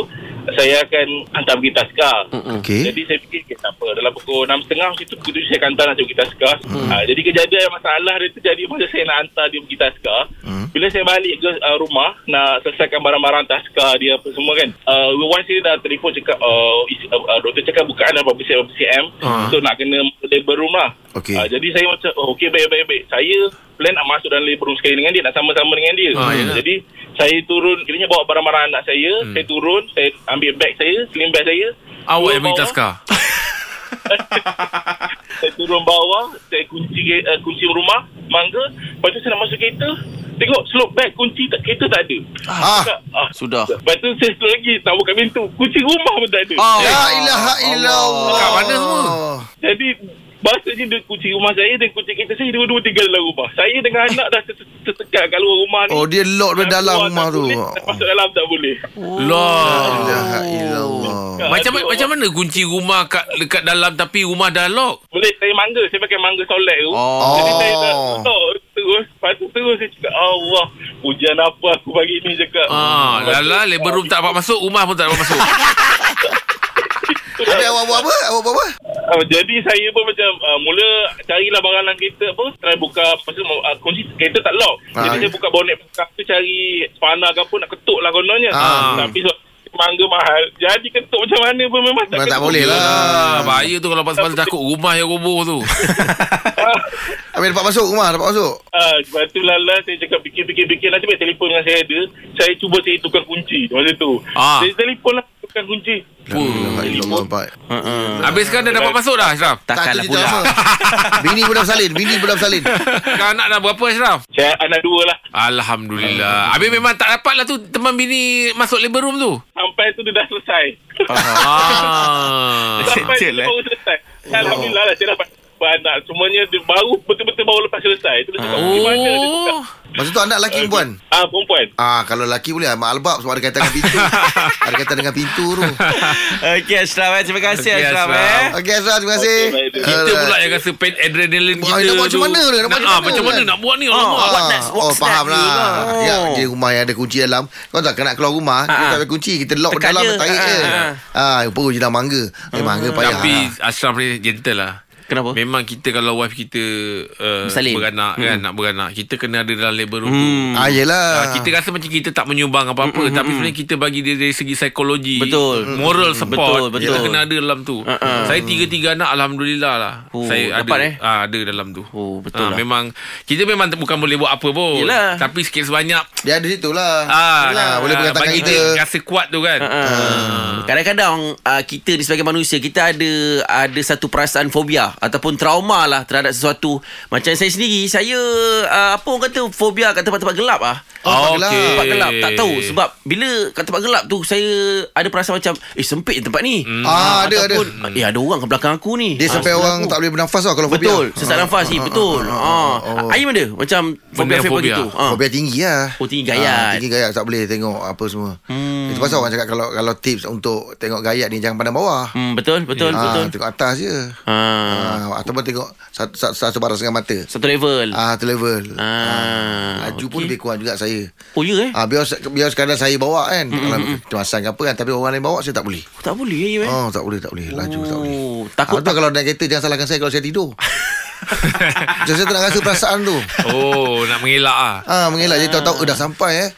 [SPEAKER 6] saya akan hantar pergi taskar.
[SPEAKER 3] Okey.
[SPEAKER 6] Jadi saya fikir okay, tak apa dalam pukul 6.30 macam tu kemudian saya akan hantar nak pergi taskar.
[SPEAKER 4] Hmm.
[SPEAKER 6] Ha, jadi kejadian masalah dia terjadi masa saya nak hantar dia pergi taskar.
[SPEAKER 4] Hmm.
[SPEAKER 6] Bila saya balik ke uh, rumah nak selesaikan barang-barang taskar dia apa semua kan. Uh, wife saya dah telefon cakap uh, is, uh, uh, doktor cakap bukaan dah berapa CM, CM
[SPEAKER 4] Ah.
[SPEAKER 6] so nak kena labor room lah.
[SPEAKER 3] Okey.
[SPEAKER 6] Ah, jadi saya macam oh, okey baik baik baik. Saya plan nak masuk dalam labor room sekali dengan dia nak sama-sama dengan dia.
[SPEAKER 4] Ah, ya. Hmm.
[SPEAKER 6] Jadi saya turun kiranya bawa barang-barang anak saya, saya turun, saya ambil beg saya, sling bag saya.
[SPEAKER 4] Awak
[SPEAKER 2] Oh.
[SPEAKER 4] yang pergi
[SPEAKER 6] turun bawah.
[SPEAKER 4] taskar.
[SPEAKER 6] Saya turun bawah, saya kunci uh, kunci rumah, mangga. Lepas tu saya nak masuk kereta, tengok slope bag kunci tak, kereta tak ada.
[SPEAKER 3] Ah.
[SPEAKER 6] Cakap, ah.
[SPEAKER 2] Sudah.
[SPEAKER 6] Lepas tu saya turun lagi, tak buka pintu. Kunci rumah pun tak ada.
[SPEAKER 3] La ilaha illallah.
[SPEAKER 4] Kat mana semua?
[SPEAKER 6] Jadi Maksudnya dia kunci rumah saya Dan kunci kereta saya Dua-dua tinggal dalam rumah Saya dengan anak dah ter- ter- tersekat kat luar rumah ni
[SPEAKER 3] Oh dia lock
[SPEAKER 6] Nak
[SPEAKER 3] dari dalam
[SPEAKER 6] keluar
[SPEAKER 3] rumah
[SPEAKER 6] tak
[SPEAKER 3] tu.
[SPEAKER 6] boleh, nak Masuk dalam tak boleh
[SPEAKER 2] Oh.
[SPEAKER 3] La
[SPEAKER 4] Lock.
[SPEAKER 3] ilaha illallah.
[SPEAKER 4] Lah. Macam
[SPEAKER 6] Aduh.
[SPEAKER 4] macam mana kunci rumah kat dekat dalam tapi rumah dah lock?
[SPEAKER 6] Boleh saya mangga Saya pakai mangga solek tu
[SPEAKER 2] Oh.
[SPEAKER 6] Jadi saya dah tutup Terus Lepas tu terus saya cakap Allah Hujan apa aku pagi ni cakap
[SPEAKER 4] Ah,
[SPEAKER 6] Lepas
[SPEAKER 4] dah
[SPEAKER 6] tu,
[SPEAKER 4] lah labor room tak dapat masuk, rumah pun tak dapat
[SPEAKER 3] [LAUGHS]
[SPEAKER 4] masuk.
[SPEAKER 3] Habis awak buat apa? Awak buat apa?
[SPEAKER 6] ah, Jadi saya pun macam ah, Mula carilah barang dalam kereta apa Try buka Maksudnya ah, kunci kereta tak lock
[SPEAKER 3] Ah,
[SPEAKER 6] Jadi
[SPEAKER 3] ya.
[SPEAKER 6] saya buka bonet belakang tu Cari panah ke apa Nak ketuk lah kononnya
[SPEAKER 3] Ah.
[SPEAKER 6] Tapi so, mangga mahal Jadi ketuk macam mana pun memang tak,
[SPEAKER 3] Memang tak
[SPEAKER 6] ketuk.
[SPEAKER 3] boleh lah.
[SPEAKER 4] Ah, bahaya tu kalau pasal-pasal takut rumah yang roboh tu.
[SPEAKER 3] Habis dapat masuk rumah, dapat masuk.
[SPEAKER 6] Ah, sebab tu lala saya cakap fikir-fikir-fikir nanti baik telefon dengan saya ada. Saya cuba saya tukar kunci masa tu.
[SPEAKER 4] Ah.
[SPEAKER 6] Saya telefon lah tukar kunci.
[SPEAKER 3] La ilaha illallah. Pak. Ah.
[SPEAKER 4] Habis kan dah dapat masuk dah Ashraf?
[SPEAKER 3] Tak
[SPEAKER 2] Takkanlah
[SPEAKER 3] tu cerita
[SPEAKER 2] pula.
[SPEAKER 3] apa. Bini pun dah bersalin, bini pun dah bersalin.
[SPEAKER 4] Kau anak dah berapa Ashraf?
[SPEAKER 6] Saya anak dua lah.
[SPEAKER 3] Ah.
[SPEAKER 4] Alhamdulillah. Habis memang tak dapat lah tu teman bini masuk labor room tu.
[SPEAKER 6] Sampai tu dia dah selesai.
[SPEAKER 4] Ah.
[SPEAKER 3] [LAUGHS]
[SPEAKER 6] [LAUGHS] Sampai tu
[SPEAKER 2] Cek-cek
[SPEAKER 6] dia
[SPEAKER 2] lah.
[SPEAKER 6] baru selesai. Alhamdulillah lah saya dapat dua anak. Semuanya dia baru betul-betul baru lepas selesai. Tu dia cakap, gimana dia cakap.
[SPEAKER 4] Oh.
[SPEAKER 3] Masa tu anak lelaki perempuan.
[SPEAKER 6] Ah, perempuan.
[SPEAKER 3] Ah, kalau lelaki boleh mak albab sebab ada kaitan dengan
[SPEAKER 4] [LAUGHS]
[SPEAKER 3] pintu. ada kaitan dengan pintu tu.
[SPEAKER 2] [LAUGHS] Okey Ashraf eh. Terima kasih
[SPEAKER 4] Okey,
[SPEAKER 2] Ashraf
[SPEAKER 4] Ashraf.
[SPEAKER 2] eh.
[SPEAKER 3] Okey Azra, terima kasih.
[SPEAKER 6] Okey, baik, baik.
[SPEAKER 4] Kita
[SPEAKER 3] Alright.
[SPEAKER 4] pula yang rasa pen adrenaline
[SPEAKER 3] Wah,
[SPEAKER 4] kita
[SPEAKER 3] Ah, nak buat
[SPEAKER 4] tu.
[SPEAKER 3] macam mana dia? Nak
[SPEAKER 4] ah,
[SPEAKER 3] buat macam mana
[SPEAKER 4] macam mana
[SPEAKER 3] kan?
[SPEAKER 4] nak buat ni?
[SPEAKER 3] Ah,
[SPEAKER 4] Alamak.
[SPEAKER 2] what next?
[SPEAKER 3] Oh
[SPEAKER 2] What's
[SPEAKER 3] faham
[SPEAKER 2] next
[SPEAKER 4] kan?
[SPEAKER 3] lah
[SPEAKER 2] ni? Oh.
[SPEAKER 3] Ya je rumah yang ada kunci dalam Kau tak kena keluar rumah
[SPEAKER 4] Ha,
[SPEAKER 3] Kita
[SPEAKER 2] Ah,
[SPEAKER 3] tak
[SPEAKER 2] ah.
[SPEAKER 3] ada kunci Kita lock
[SPEAKER 2] Tekan
[SPEAKER 3] dalam
[SPEAKER 2] je.
[SPEAKER 3] Tarik je
[SPEAKER 2] Ah,
[SPEAKER 3] Ah, Perut je dah mangga Eh mangga payah
[SPEAKER 4] Tapi
[SPEAKER 3] lah.
[SPEAKER 4] Ashraf ni gentle lah.
[SPEAKER 2] Kenapa?
[SPEAKER 4] Memang kita kalau wife kita uh,
[SPEAKER 2] Bersalin.
[SPEAKER 4] beranak kan,
[SPEAKER 3] Hmm.
[SPEAKER 4] nak beranak, kita kena ada dalam labor room tu.
[SPEAKER 2] Hmm.
[SPEAKER 3] Ah yelah
[SPEAKER 4] Ah, kita rasa macam kita tak menyumbang apa-apa mm, tapi sebenarnya kita bagi dia dari segi psikologi
[SPEAKER 2] Betul.
[SPEAKER 4] moral support
[SPEAKER 2] Betul, betul.
[SPEAKER 4] kita kena ada dalam tu
[SPEAKER 2] Ah, ah.
[SPEAKER 4] saya tiga-tiga anak alhamdulillah lah
[SPEAKER 2] Oh,
[SPEAKER 4] saya
[SPEAKER 2] dapat,
[SPEAKER 4] ada
[SPEAKER 2] eh?
[SPEAKER 4] ah, ada dalam tu Ah,
[SPEAKER 2] Oh, betul lah.
[SPEAKER 4] memang kita memang te- bukan boleh buat apa pun
[SPEAKER 2] Yelah.
[SPEAKER 4] tapi sikit sebanyak
[SPEAKER 3] Dia ada situ lah
[SPEAKER 4] ah,
[SPEAKER 3] Yelah, Boleh pegang tangan
[SPEAKER 4] bagi
[SPEAKER 3] kita
[SPEAKER 4] dia rasa kuat tu kan
[SPEAKER 2] Ah. Kadang-kadang uh, kita ni sebagai manusia kita ada ada satu perasaan fobia ataupun trauma lah terhadap sesuatu. Macam saya sendiri, saya uh, apa orang kata fobia kat tempat-tempat gelap ah.
[SPEAKER 3] Oh,
[SPEAKER 4] okey.
[SPEAKER 3] gelap.
[SPEAKER 2] Tempat gelap tak tahu sebab bila kat tempat gelap tu saya ada perasaan macam eh sempit je tempat
[SPEAKER 4] Hmm.
[SPEAKER 2] ni.
[SPEAKER 3] Ah, ada, ada.
[SPEAKER 2] ataupun, Eh ada orang kat belakang aku ni.
[SPEAKER 3] Dia
[SPEAKER 2] Ah,
[SPEAKER 3] sampai
[SPEAKER 2] sebelah
[SPEAKER 3] orang
[SPEAKER 2] aku.
[SPEAKER 3] tak boleh bernafas tau Kalau fobia
[SPEAKER 2] Betul, sesak
[SPEAKER 3] Ah,
[SPEAKER 2] nafas ni
[SPEAKER 3] ah,
[SPEAKER 2] betul.
[SPEAKER 3] ah,
[SPEAKER 2] Ah,
[SPEAKER 3] ah, ah.
[SPEAKER 2] ayam ada macam fobia-fobia
[SPEAKER 4] fobia.
[SPEAKER 2] begitu. Ah.
[SPEAKER 3] Fobia tinggi lah
[SPEAKER 2] Oh, tinggi gayat. Hmm.
[SPEAKER 3] Ah, Tinggi gayat tak boleh tengok apa semua Itu pasal orang cakap Kalau kalau tips untuk tengok gayat ni Jangan pandang bawah
[SPEAKER 2] Hmm, betul, betul,
[SPEAKER 3] Ah,
[SPEAKER 2] betul.
[SPEAKER 3] Tengok atas je
[SPEAKER 2] Ah,
[SPEAKER 3] Ah, Ataupun tengok satu, satu, satu baras dengan mata
[SPEAKER 2] satu level.
[SPEAKER 3] Ah, tu level
[SPEAKER 2] Ah,
[SPEAKER 3] Laju pun lebih kurang juga saya
[SPEAKER 2] Oh ya eh?
[SPEAKER 3] Ah biar biar sekadar saya bawa kan.
[SPEAKER 2] Hmm,
[SPEAKER 3] Kalau kemasan ke apa kan tapi orang lain bawa saya tak boleh.
[SPEAKER 2] Tak boleh ya you eh?
[SPEAKER 3] Oh tak boleh tak boleh laju tak boleh.
[SPEAKER 2] Oh, takut
[SPEAKER 3] Takut ah, tu kalau naik kereta jangan salahkan saya kalau saya
[SPEAKER 4] [LAUGHS]
[SPEAKER 3] tidur. Macam saya tak nak rasa perasaan tu.
[SPEAKER 4] oh nak mengelak ah
[SPEAKER 3] Ah mengelak jadi tahu-tahu eh, dah sampai eh.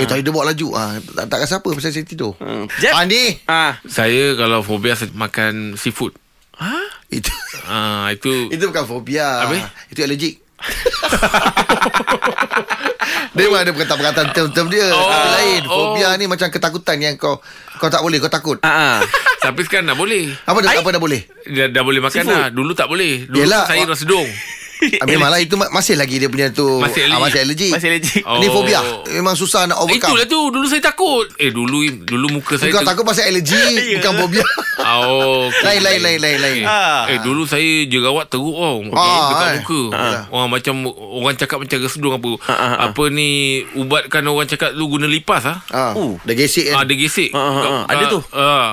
[SPEAKER 3] Eh tadi dia bawa laju. Ah tak, tak rasa apa pasal saya tidur.
[SPEAKER 2] Hmm. Jep.
[SPEAKER 3] Andi.
[SPEAKER 2] Ah,
[SPEAKER 4] saya kalau fobia saya makan seafood
[SPEAKER 3] Itu [LAUGHS]
[SPEAKER 4] ah itu
[SPEAKER 3] itu bukan fobia.
[SPEAKER 4] Habis?
[SPEAKER 3] Itu allergic. [LAUGHS] dia memang ada perkataan-perkataan term-term dia oh, Tapi lain Fobia
[SPEAKER 4] oh.
[SPEAKER 3] ni macam ketakutan yang kau Kau tak boleh, kau takut
[SPEAKER 2] ah, ah.
[SPEAKER 4] tapi sekarang dah boleh
[SPEAKER 3] Apa dah, apa dah boleh?
[SPEAKER 4] dah, dah boleh makan
[SPEAKER 2] Seafood.
[SPEAKER 4] dah dulu tak boleh dulu
[SPEAKER 3] Yelah.
[SPEAKER 4] saya rasa dong
[SPEAKER 3] Ah, Memang lah itu ma- masih lagi dia punya tu
[SPEAKER 4] Masih
[SPEAKER 3] ah,
[SPEAKER 4] allergic.
[SPEAKER 3] masih allergic.
[SPEAKER 2] Masih allergic.
[SPEAKER 3] Ini
[SPEAKER 4] Oh.
[SPEAKER 3] fobia. Memang susah nak
[SPEAKER 4] Overcome. Itulah
[SPEAKER 3] overcome.
[SPEAKER 4] tu Dulu saya takut Eh dulu Dulu muka saya
[SPEAKER 3] Kau
[SPEAKER 4] ter-
[SPEAKER 3] takut pasal
[SPEAKER 4] [LAUGHS]
[SPEAKER 3] allergi bukan fobia.
[SPEAKER 4] Oh okay.
[SPEAKER 3] lain lain lain lain lain.
[SPEAKER 4] Ya. Ah. Eh dulu saya jerawat teruk tau okay.
[SPEAKER 3] Ah,
[SPEAKER 4] Dekat
[SPEAKER 3] eh.
[SPEAKER 4] muka
[SPEAKER 3] Ah.
[SPEAKER 4] Wah, Macam orang cakap macam resedung apa
[SPEAKER 2] ah, ah.
[SPEAKER 4] Apa ni Ubatkan orang cakap tu guna lipas ah.
[SPEAKER 3] Ah,
[SPEAKER 2] Uh.
[SPEAKER 3] dah gesek
[SPEAKER 4] Ah,
[SPEAKER 3] kan.
[SPEAKER 4] Ada gesek
[SPEAKER 2] Ah, ah, ah. Ada tu?
[SPEAKER 4] ah.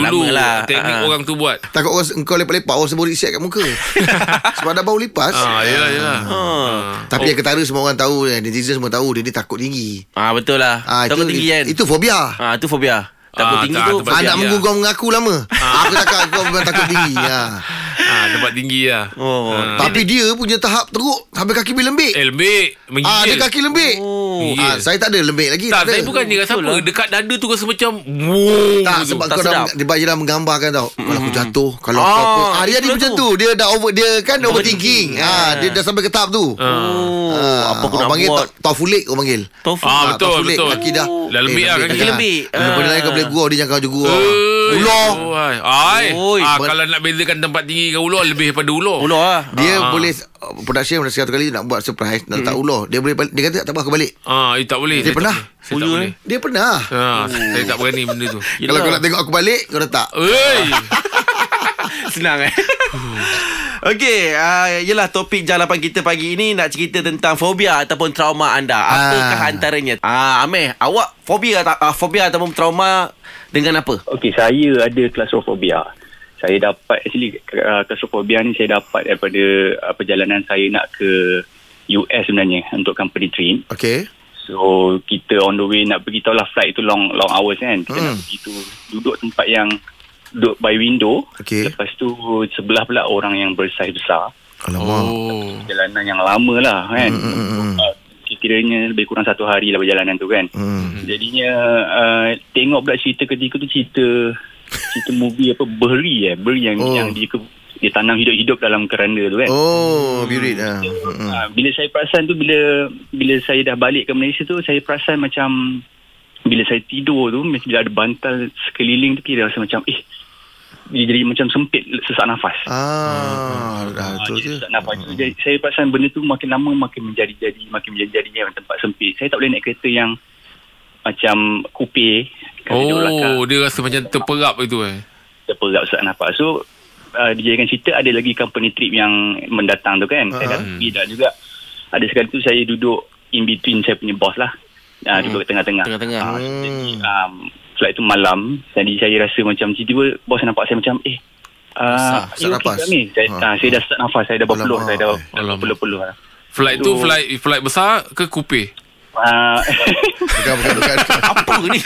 [SPEAKER 2] Dah lama
[SPEAKER 4] Dulu
[SPEAKER 2] lah.
[SPEAKER 4] Teknik
[SPEAKER 2] Ah, ah.
[SPEAKER 4] orang tu
[SPEAKER 2] [LAUGHS]
[SPEAKER 4] buat
[SPEAKER 3] takut orang engkau lepak-lepak orang sebut siap kat
[SPEAKER 4] [LAUGHS]
[SPEAKER 3] muka. Sebab dah bau lipas.
[SPEAKER 4] ah, Oh. Yelah yelah
[SPEAKER 2] Ah.
[SPEAKER 3] Tapi yang ketara semua orang tahu eh, Netizen semua tahu Dia ni takut tinggi
[SPEAKER 2] Ah, betul lah.
[SPEAKER 3] ah,
[SPEAKER 2] Takut
[SPEAKER 3] itu,
[SPEAKER 2] tinggi kan?
[SPEAKER 3] Itu fobia
[SPEAKER 2] Ah, tu fobia. Takut
[SPEAKER 4] Ah,
[SPEAKER 2] tinggi
[SPEAKER 4] tak,
[SPEAKER 2] tu
[SPEAKER 4] tempat-
[SPEAKER 3] Ah,
[SPEAKER 4] Bagian,
[SPEAKER 3] nak
[SPEAKER 4] ya. Ah.
[SPEAKER 3] mengganggu kau mengaku lama. Aku cakap kau memang takut tinggi. Ha.
[SPEAKER 4] ha, Tempat tinggi lah
[SPEAKER 2] Oh.
[SPEAKER 4] Ah.
[SPEAKER 3] Tapi dia punya tahap teruk sampai kaki bila lembik.
[SPEAKER 4] Eh lembik Menggigil
[SPEAKER 3] Ah, dia kaki lembik.
[SPEAKER 2] Oh.
[SPEAKER 4] Menggigil.
[SPEAKER 3] Ah, saya tak ada lembik lagi.
[SPEAKER 4] Tak,
[SPEAKER 3] ada.
[SPEAKER 4] saya bukan dia rasa
[SPEAKER 2] Betul
[SPEAKER 4] apa.
[SPEAKER 2] lah.
[SPEAKER 4] Dekat dada tu rasa macam wow.
[SPEAKER 3] Tak
[SPEAKER 4] tu.
[SPEAKER 3] sebab
[SPEAKER 2] tak
[SPEAKER 3] kau dah
[SPEAKER 2] sedap.
[SPEAKER 3] dia dia dah menggambarkan tau. Kalau aku jatuh, kalau
[SPEAKER 2] Ah,
[SPEAKER 3] aku apa. Ah, dia ada
[SPEAKER 2] itulah
[SPEAKER 3] macam
[SPEAKER 2] tu.
[SPEAKER 3] tu. Dia dah over dia kan overthinking. Ah, dia dah sampai ke tahap tu.
[SPEAKER 2] Oh,
[SPEAKER 3] Ah,
[SPEAKER 2] apa aku
[SPEAKER 3] orang
[SPEAKER 2] nak
[SPEAKER 3] panggil
[SPEAKER 2] buat?
[SPEAKER 3] ta- Taufulik orang panggil.
[SPEAKER 2] Taufik.
[SPEAKER 4] Ah,
[SPEAKER 2] Ah,
[SPEAKER 4] betul,
[SPEAKER 3] taufulik,
[SPEAKER 4] betul.
[SPEAKER 3] Kaki dah. Eh,
[SPEAKER 4] Dah lembik lah kaki.
[SPEAKER 2] Kaki lembik.
[SPEAKER 3] Kalau benda lain kau
[SPEAKER 2] Ah.
[SPEAKER 3] boleh gurau, dia jangan kau juga.
[SPEAKER 4] Eh,
[SPEAKER 3] Ular.
[SPEAKER 4] Ai. Ai.
[SPEAKER 2] Oi.
[SPEAKER 4] Ah,
[SPEAKER 3] Ber-
[SPEAKER 4] kalau nak bezakan tempat tinggi dengan ular lebih daripada ular.
[SPEAKER 2] Ular lah.
[SPEAKER 3] Dia boleh uh, production dah satu kali nak buat surprise nak letak ular. Dia boleh balik- dia kata tak apa aku balik.
[SPEAKER 4] Ah, eh, tak boleh. Saya
[SPEAKER 3] Dia
[SPEAKER 4] tak
[SPEAKER 3] pernah?
[SPEAKER 4] boleh. Saya tak
[SPEAKER 2] Puyuh,
[SPEAKER 4] boleh.
[SPEAKER 3] Dia pernah.
[SPEAKER 4] Ah, saya tak berani benda tu.
[SPEAKER 3] Kalau kau nak tengok aku balik, kau letak.
[SPEAKER 4] Oi.
[SPEAKER 2] [LAUGHS] Senang eh Okey, uh, yelah topik jalapan kita pagi ini nak cerita tentang fobia ataupun trauma anda. Apakah
[SPEAKER 3] Ah.
[SPEAKER 2] antaranya? Ah, Ameh, awak fobia tak uh, fobia ataupun trauma dengan apa?
[SPEAKER 6] Okey, saya ada claustrophobia. Saya dapat actually uh, claustrophobia ni saya dapat daripada uh, perjalanan saya nak ke US sebenarnya untuk company trip.
[SPEAKER 3] Okay.
[SPEAKER 6] So kita on the way nak pergi tahulah flight tu long long hours kan. Kita
[SPEAKER 3] Hmm.
[SPEAKER 6] nak pergi tu duduk tempat yang duduk by window.
[SPEAKER 3] Okey.
[SPEAKER 6] Lepas tu sebelah pula orang yang bersaiz besar.
[SPEAKER 3] Alamak.
[SPEAKER 4] Oh.
[SPEAKER 6] Perjalanan yang lama lah kan.
[SPEAKER 3] Hmm, hmm, hmm, hmm.
[SPEAKER 6] Uh, kiranya lebih kurang satu hari lah perjalanan tu kan.
[SPEAKER 3] Hmm.
[SPEAKER 6] Jadinya uh, tengok pula cerita ketika tu cerita cerita movie apa Beri eh Beri yang
[SPEAKER 3] Oh.
[SPEAKER 6] oh. yang dia ke, dia tanam hidup-hidup dalam keranda tu kan.
[SPEAKER 3] Oh, birit ah.
[SPEAKER 6] Hmm. Uh, bila saya perasan tu bila bila saya dah balik ke Malaysia tu saya perasan macam bila saya tidur tu macam bila ada bantal sekeliling tu kira rasa macam eh dia jadi macam sempit sesak nafas.
[SPEAKER 3] Ah, dah
[SPEAKER 6] Ah,
[SPEAKER 3] betul Hmm.
[SPEAKER 6] jadi
[SPEAKER 3] je.
[SPEAKER 6] sesak nafas. So, jadi, saya perasan benda tu makin lama makin menjadi-jadi, makin menjadi-jadi yang tempat sempit. Saya tak boleh naik kereta yang macam kupe.
[SPEAKER 4] Oh, dia rasa macam terperap itu eh.
[SPEAKER 6] Terperap sesak nafas. So, uh, dijadikan cerita ada lagi company trip yang mendatang tu kan.
[SPEAKER 3] Ah.
[SPEAKER 6] Saya dah pergi dah juga. Ada sekali tu saya duduk in between saya punya boss lah. Uh,
[SPEAKER 3] Hmm.
[SPEAKER 6] Duduk kat tengah-tengah.
[SPEAKER 2] Tengah-tengah.
[SPEAKER 6] Ah, so, jadi, um, flight tu malam. Jadi saya rasa macam tiba-tiba bos nampak saya macam eh Uh,
[SPEAKER 3] Sesak
[SPEAKER 6] you okay
[SPEAKER 3] nafas.
[SPEAKER 6] tak ni? Saya,
[SPEAKER 3] Ah.
[SPEAKER 6] ah, saya dah sesak nafas, saya dah berpeluh,
[SPEAKER 3] Alamak.
[SPEAKER 6] saya dah, dah
[SPEAKER 4] Alamak.
[SPEAKER 6] berpeluh-peluh lah.
[SPEAKER 4] Flight tu flight flight besar ke kupe?
[SPEAKER 6] Ah, [LAUGHS]
[SPEAKER 3] Bukan, bukan, bukan.
[SPEAKER 2] apa ni?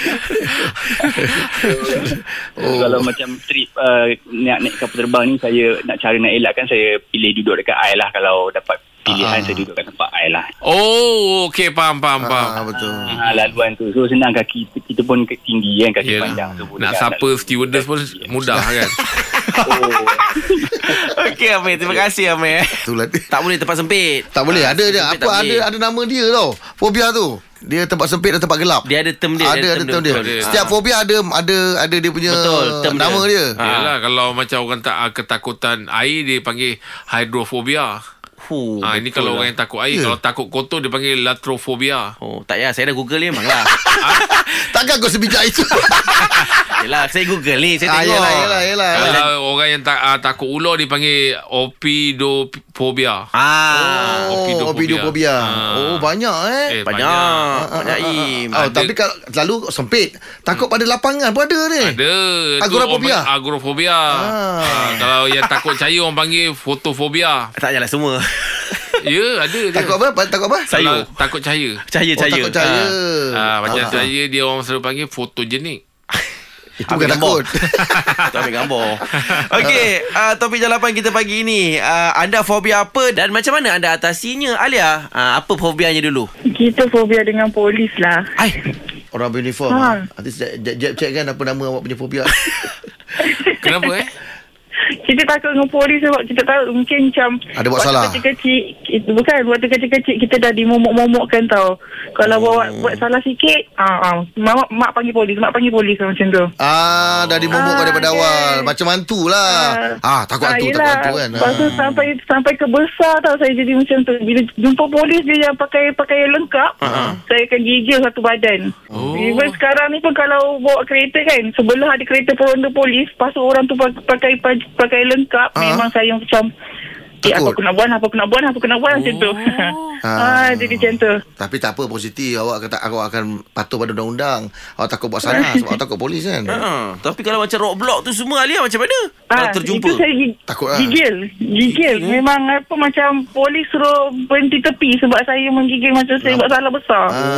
[SPEAKER 6] oh. Kalau macam trip uh, nak naik kapal terbang ni saya nak cara nak elakkan saya pilih duduk dekat air lah kalau dapat
[SPEAKER 3] Ah.
[SPEAKER 6] pilihan saya duduk kat tempat air lah.
[SPEAKER 4] [LAUGHS] Oh, okey faham faham faham.
[SPEAKER 3] Ah, betul.
[SPEAKER 6] Ha, laluan tu. So senang kaki kita, kita pun ke- tinggi kan kaki
[SPEAKER 4] Yelah.
[SPEAKER 6] panjang tu. lah.
[SPEAKER 4] Nak sapa stewardess pun mudah kan.
[SPEAKER 6] [LAUGHS]
[SPEAKER 2] Okey Ameh, terima kasih Ameh.
[SPEAKER 3] Itulah dia.
[SPEAKER 2] Tak boleh tempat sempit. Ah,
[SPEAKER 3] Tak boleh ada dia
[SPEAKER 2] Sempit
[SPEAKER 3] apa
[SPEAKER 2] tak
[SPEAKER 3] ada
[SPEAKER 2] boleh.
[SPEAKER 3] ada nama dia tau. Fobia tu. Dia tempat sempit dan tempat gelap.
[SPEAKER 2] Dia ada term dia,
[SPEAKER 3] Ada ada term dia.
[SPEAKER 4] Betul dia.
[SPEAKER 3] Setiap fobia ada ada ada dia punya
[SPEAKER 2] Betul, term
[SPEAKER 3] nama dia.
[SPEAKER 2] Ah.
[SPEAKER 4] Yalah kalau macam orang tak ah, ketakutan air dia panggil hydrophobia.
[SPEAKER 2] Huh,
[SPEAKER 4] Ah ini
[SPEAKER 2] betul
[SPEAKER 4] kalau
[SPEAKER 2] lah.
[SPEAKER 4] orang yang takut air,
[SPEAKER 3] Oh, Ya.
[SPEAKER 4] kalau takut kotor dia panggil latrophobia.
[SPEAKER 2] Oh, tak payah. Saya dah Google ni memang lah.
[SPEAKER 3] Takkan kau sebijak itu.
[SPEAKER 2] Yelah, saya Google ni. Saya
[SPEAKER 3] [LAUGHS] ah,
[SPEAKER 2] tengok.
[SPEAKER 3] yelah yelah yelah.
[SPEAKER 4] Kalau
[SPEAKER 3] yelah.
[SPEAKER 4] orang yang tak, ah, takut ular dia panggil opidophobia.
[SPEAKER 2] Ah,
[SPEAKER 4] opidophobia.
[SPEAKER 3] Oh, opidophobia.
[SPEAKER 4] Ah.
[SPEAKER 3] Oh, banyak eh.
[SPEAKER 4] Eh,
[SPEAKER 2] banyak. Banyak, eh. Im.
[SPEAKER 3] Oh,
[SPEAKER 4] Ada-
[SPEAKER 3] tapi kalau selalu sempit. Takut pada lapangan pun ada ni.
[SPEAKER 4] Ada tu
[SPEAKER 3] Eh, Agoraphobia.
[SPEAKER 4] orang- Agoraphobia
[SPEAKER 3] Ah.
[SPEAKER 4] ah. Kalau yang takut cahaya Orang panggil fotophobia
[SPEAKER 2] Tak payahlah semua.
[SPEAKER 4] Ya yeah, ada dia.
[SPEAKER 3] Takut apa? Takut apa?
[SPEAKER 4] Kalau
[SPEAKER 2] Sayur.
[SPEAKER 4] Takut cahaya
[SPEAKER 2] Cahaya,
[SPEAKER 3] Oh,
[SPEAKER 2] cahaya.
[SPEAKER 3] takut cahaya.
[SPEAKER 4] ah, Macam
[SPEAKER 3] Ah.
[SPEAKER 4] cahaya Dia orang selalu panggil fotogenik
[SPEAKER 3] Itu bukan takut. [LAUGHS]
[SPEAKER 2] Tak ambil gambar [LAUGHS] Okey uh, Topik jalapan kita pagi ini uh, Anda fobia apa Dan macam mana anda atasinya Alia uh, Apa fobianya dulu
[SPEAKER 5] Kita fobia dengan polis lah.
[SPEAKER 2] Ai
[SPEAKER 3] Orang uniform.
[SPEAKER 5] Ha.
[SPEAKER 3] Ha. Nanti jap check kan apa nama awak punya fobia.
[SPEAKER 4] Kenapa eh?
[SPEAKER 5] Kita takut dengan polis sebab kita tahu mungkin macam...
[SPEAKER 3] Ada buat salah.
[SPEAKER 5] Waktu kecil-kecil, kita, bukan, waktu kecil-kecil kita dah dimomok-momokkan tau. Kalau oh. buat, buat salah sikit, ah, ah, mak, mak panggil polis, mak panggil polis lah macam tu.
[SPEAKER 3] [LAUGHS] Ah, dah dimomok
[SPEAKER 5] Ah,
[SPEAKER 3] daripada
[SPEAKER 5] kan.
[SPEAKER 3] awal. Macam hantu lah. Ah, takut hantu, takut
[SPEAKER 5] yelah.
[SPEAKER 3] hantu kan.
[SPEAKER 5] Lepas tu
[SPEAKER 3] Ah.
[SPEAKER 5] sampai sampai ke besar tau saya jadi macam tu. Bila jumpa polis dia yang pakai pakaian lengkap,
[SPEAKER 3] Ah,
[SPEAKER 5] uh-huh. saya akan gigil satu badan. Oh. Even sekarang ni pun kalau bawa kereta kan, sebelah ada kereta peronda polis, lepas tu orang tu pakai pakai, pakai lengkap,
[SPEAKER 3] Ah.
[SPEAKER 5] uh-huh. memang saya macam
[SPEAKER 7] Fikir apa
[SPEAKER 3] Takut.
[SPEAKER 7] aku nak buat Apa aku nak buat Apa aku nak buat Macam tu
[SPEAKER 5] [LAUGHS]
[SPEAKER 3] Ah.
[SPEAKER 7] ah, Jadi macam tu
[SPEAKER 3] Tapi tak apa positif awak kata awak akan patuh pada undang-undang. Awak takut buat salah sebab awak takut polis kan.
[SPEAKER 2] Ha, tapi kalau macam roadblock tu semua Alia macam mana? Kalau
[SPEAKER 7] Ah,
[SPEAKER 2] terjumpa.
[SPEAKER 7] Itu saya gi-
[SPEAKER 3] Takut lah.
[SPEAKER 7] gigil. Gigil. eh? Memang apa macam polis suruh berhenti tepi sebab saya menggigil macam saya buat salah besar.
[SPEAKER 3] Ah.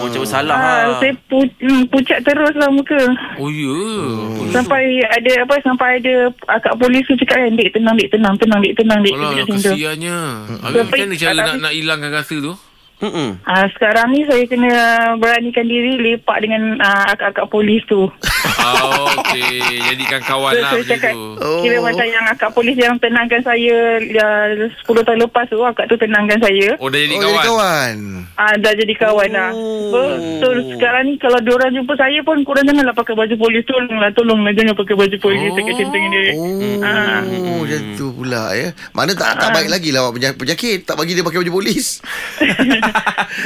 [SPEAKER 2] Oh, macam bersalah.
[SPEAKER 7] Ah,
[SPEAKER 2] Ha.
[SPEAKER 7] saya pu- hmm, pucat terus lah muka.
[SPEAKER 4] Oh ya. Yeah.
[SPEAKER 7] Sampai ada apa sampai ada akak polis tu cakap kan, "Dek tenang, dek tenang, tenang, dek tenang, dek."
[SPEAKER 4] Alah,
[SPEAKER 7] Macam tu.
[SPEAKER 4] kesiannya. Habis macam mana cara nak, nak hilangkan rasa tu?
[SPEAKER 2] Mm-mm.
[SPEAKER 7] Ah, sekarang ni saya kena beranikan diri lepak dengan ah, akak-akak polis tu.
[SPEAKER 4] Oh, okey. Jadikan kawan lah
[SPEAKER 7] saya
[SPEAKER 4] macam
[SPEAKER 7] cakap
[SPEAKER 4] tu.
[SPEAKER 7] Kira
[SPEAKER 3] Oh.
[SPEAKER 7] macam yang akak polis yang tenangkan saya ya, 10 tahun lepas tu Akak tu tenangkan saya
[SPEAKER 4] Oh, dah jadi
[SPEAKER 3] Oh,
[SPEAKER 4] kawan.
[SPEAKER 3] jadi kawan.
[SPEAKER 7] Ah, dah jadi kawan lah. Betul. Sekarang ni kalau diorang jumpa saya pun korang janganlah pakai baju polis. Tolonglah, tolonglah jangan pakai baju polis. Oh. Cakap macam tu dengan dia.
[SPEAKER 3] Oh, macam tu pula ya. Mana tak tak baik lagi lah awak penyak- penyakit tak bagi dia pakai baju polis.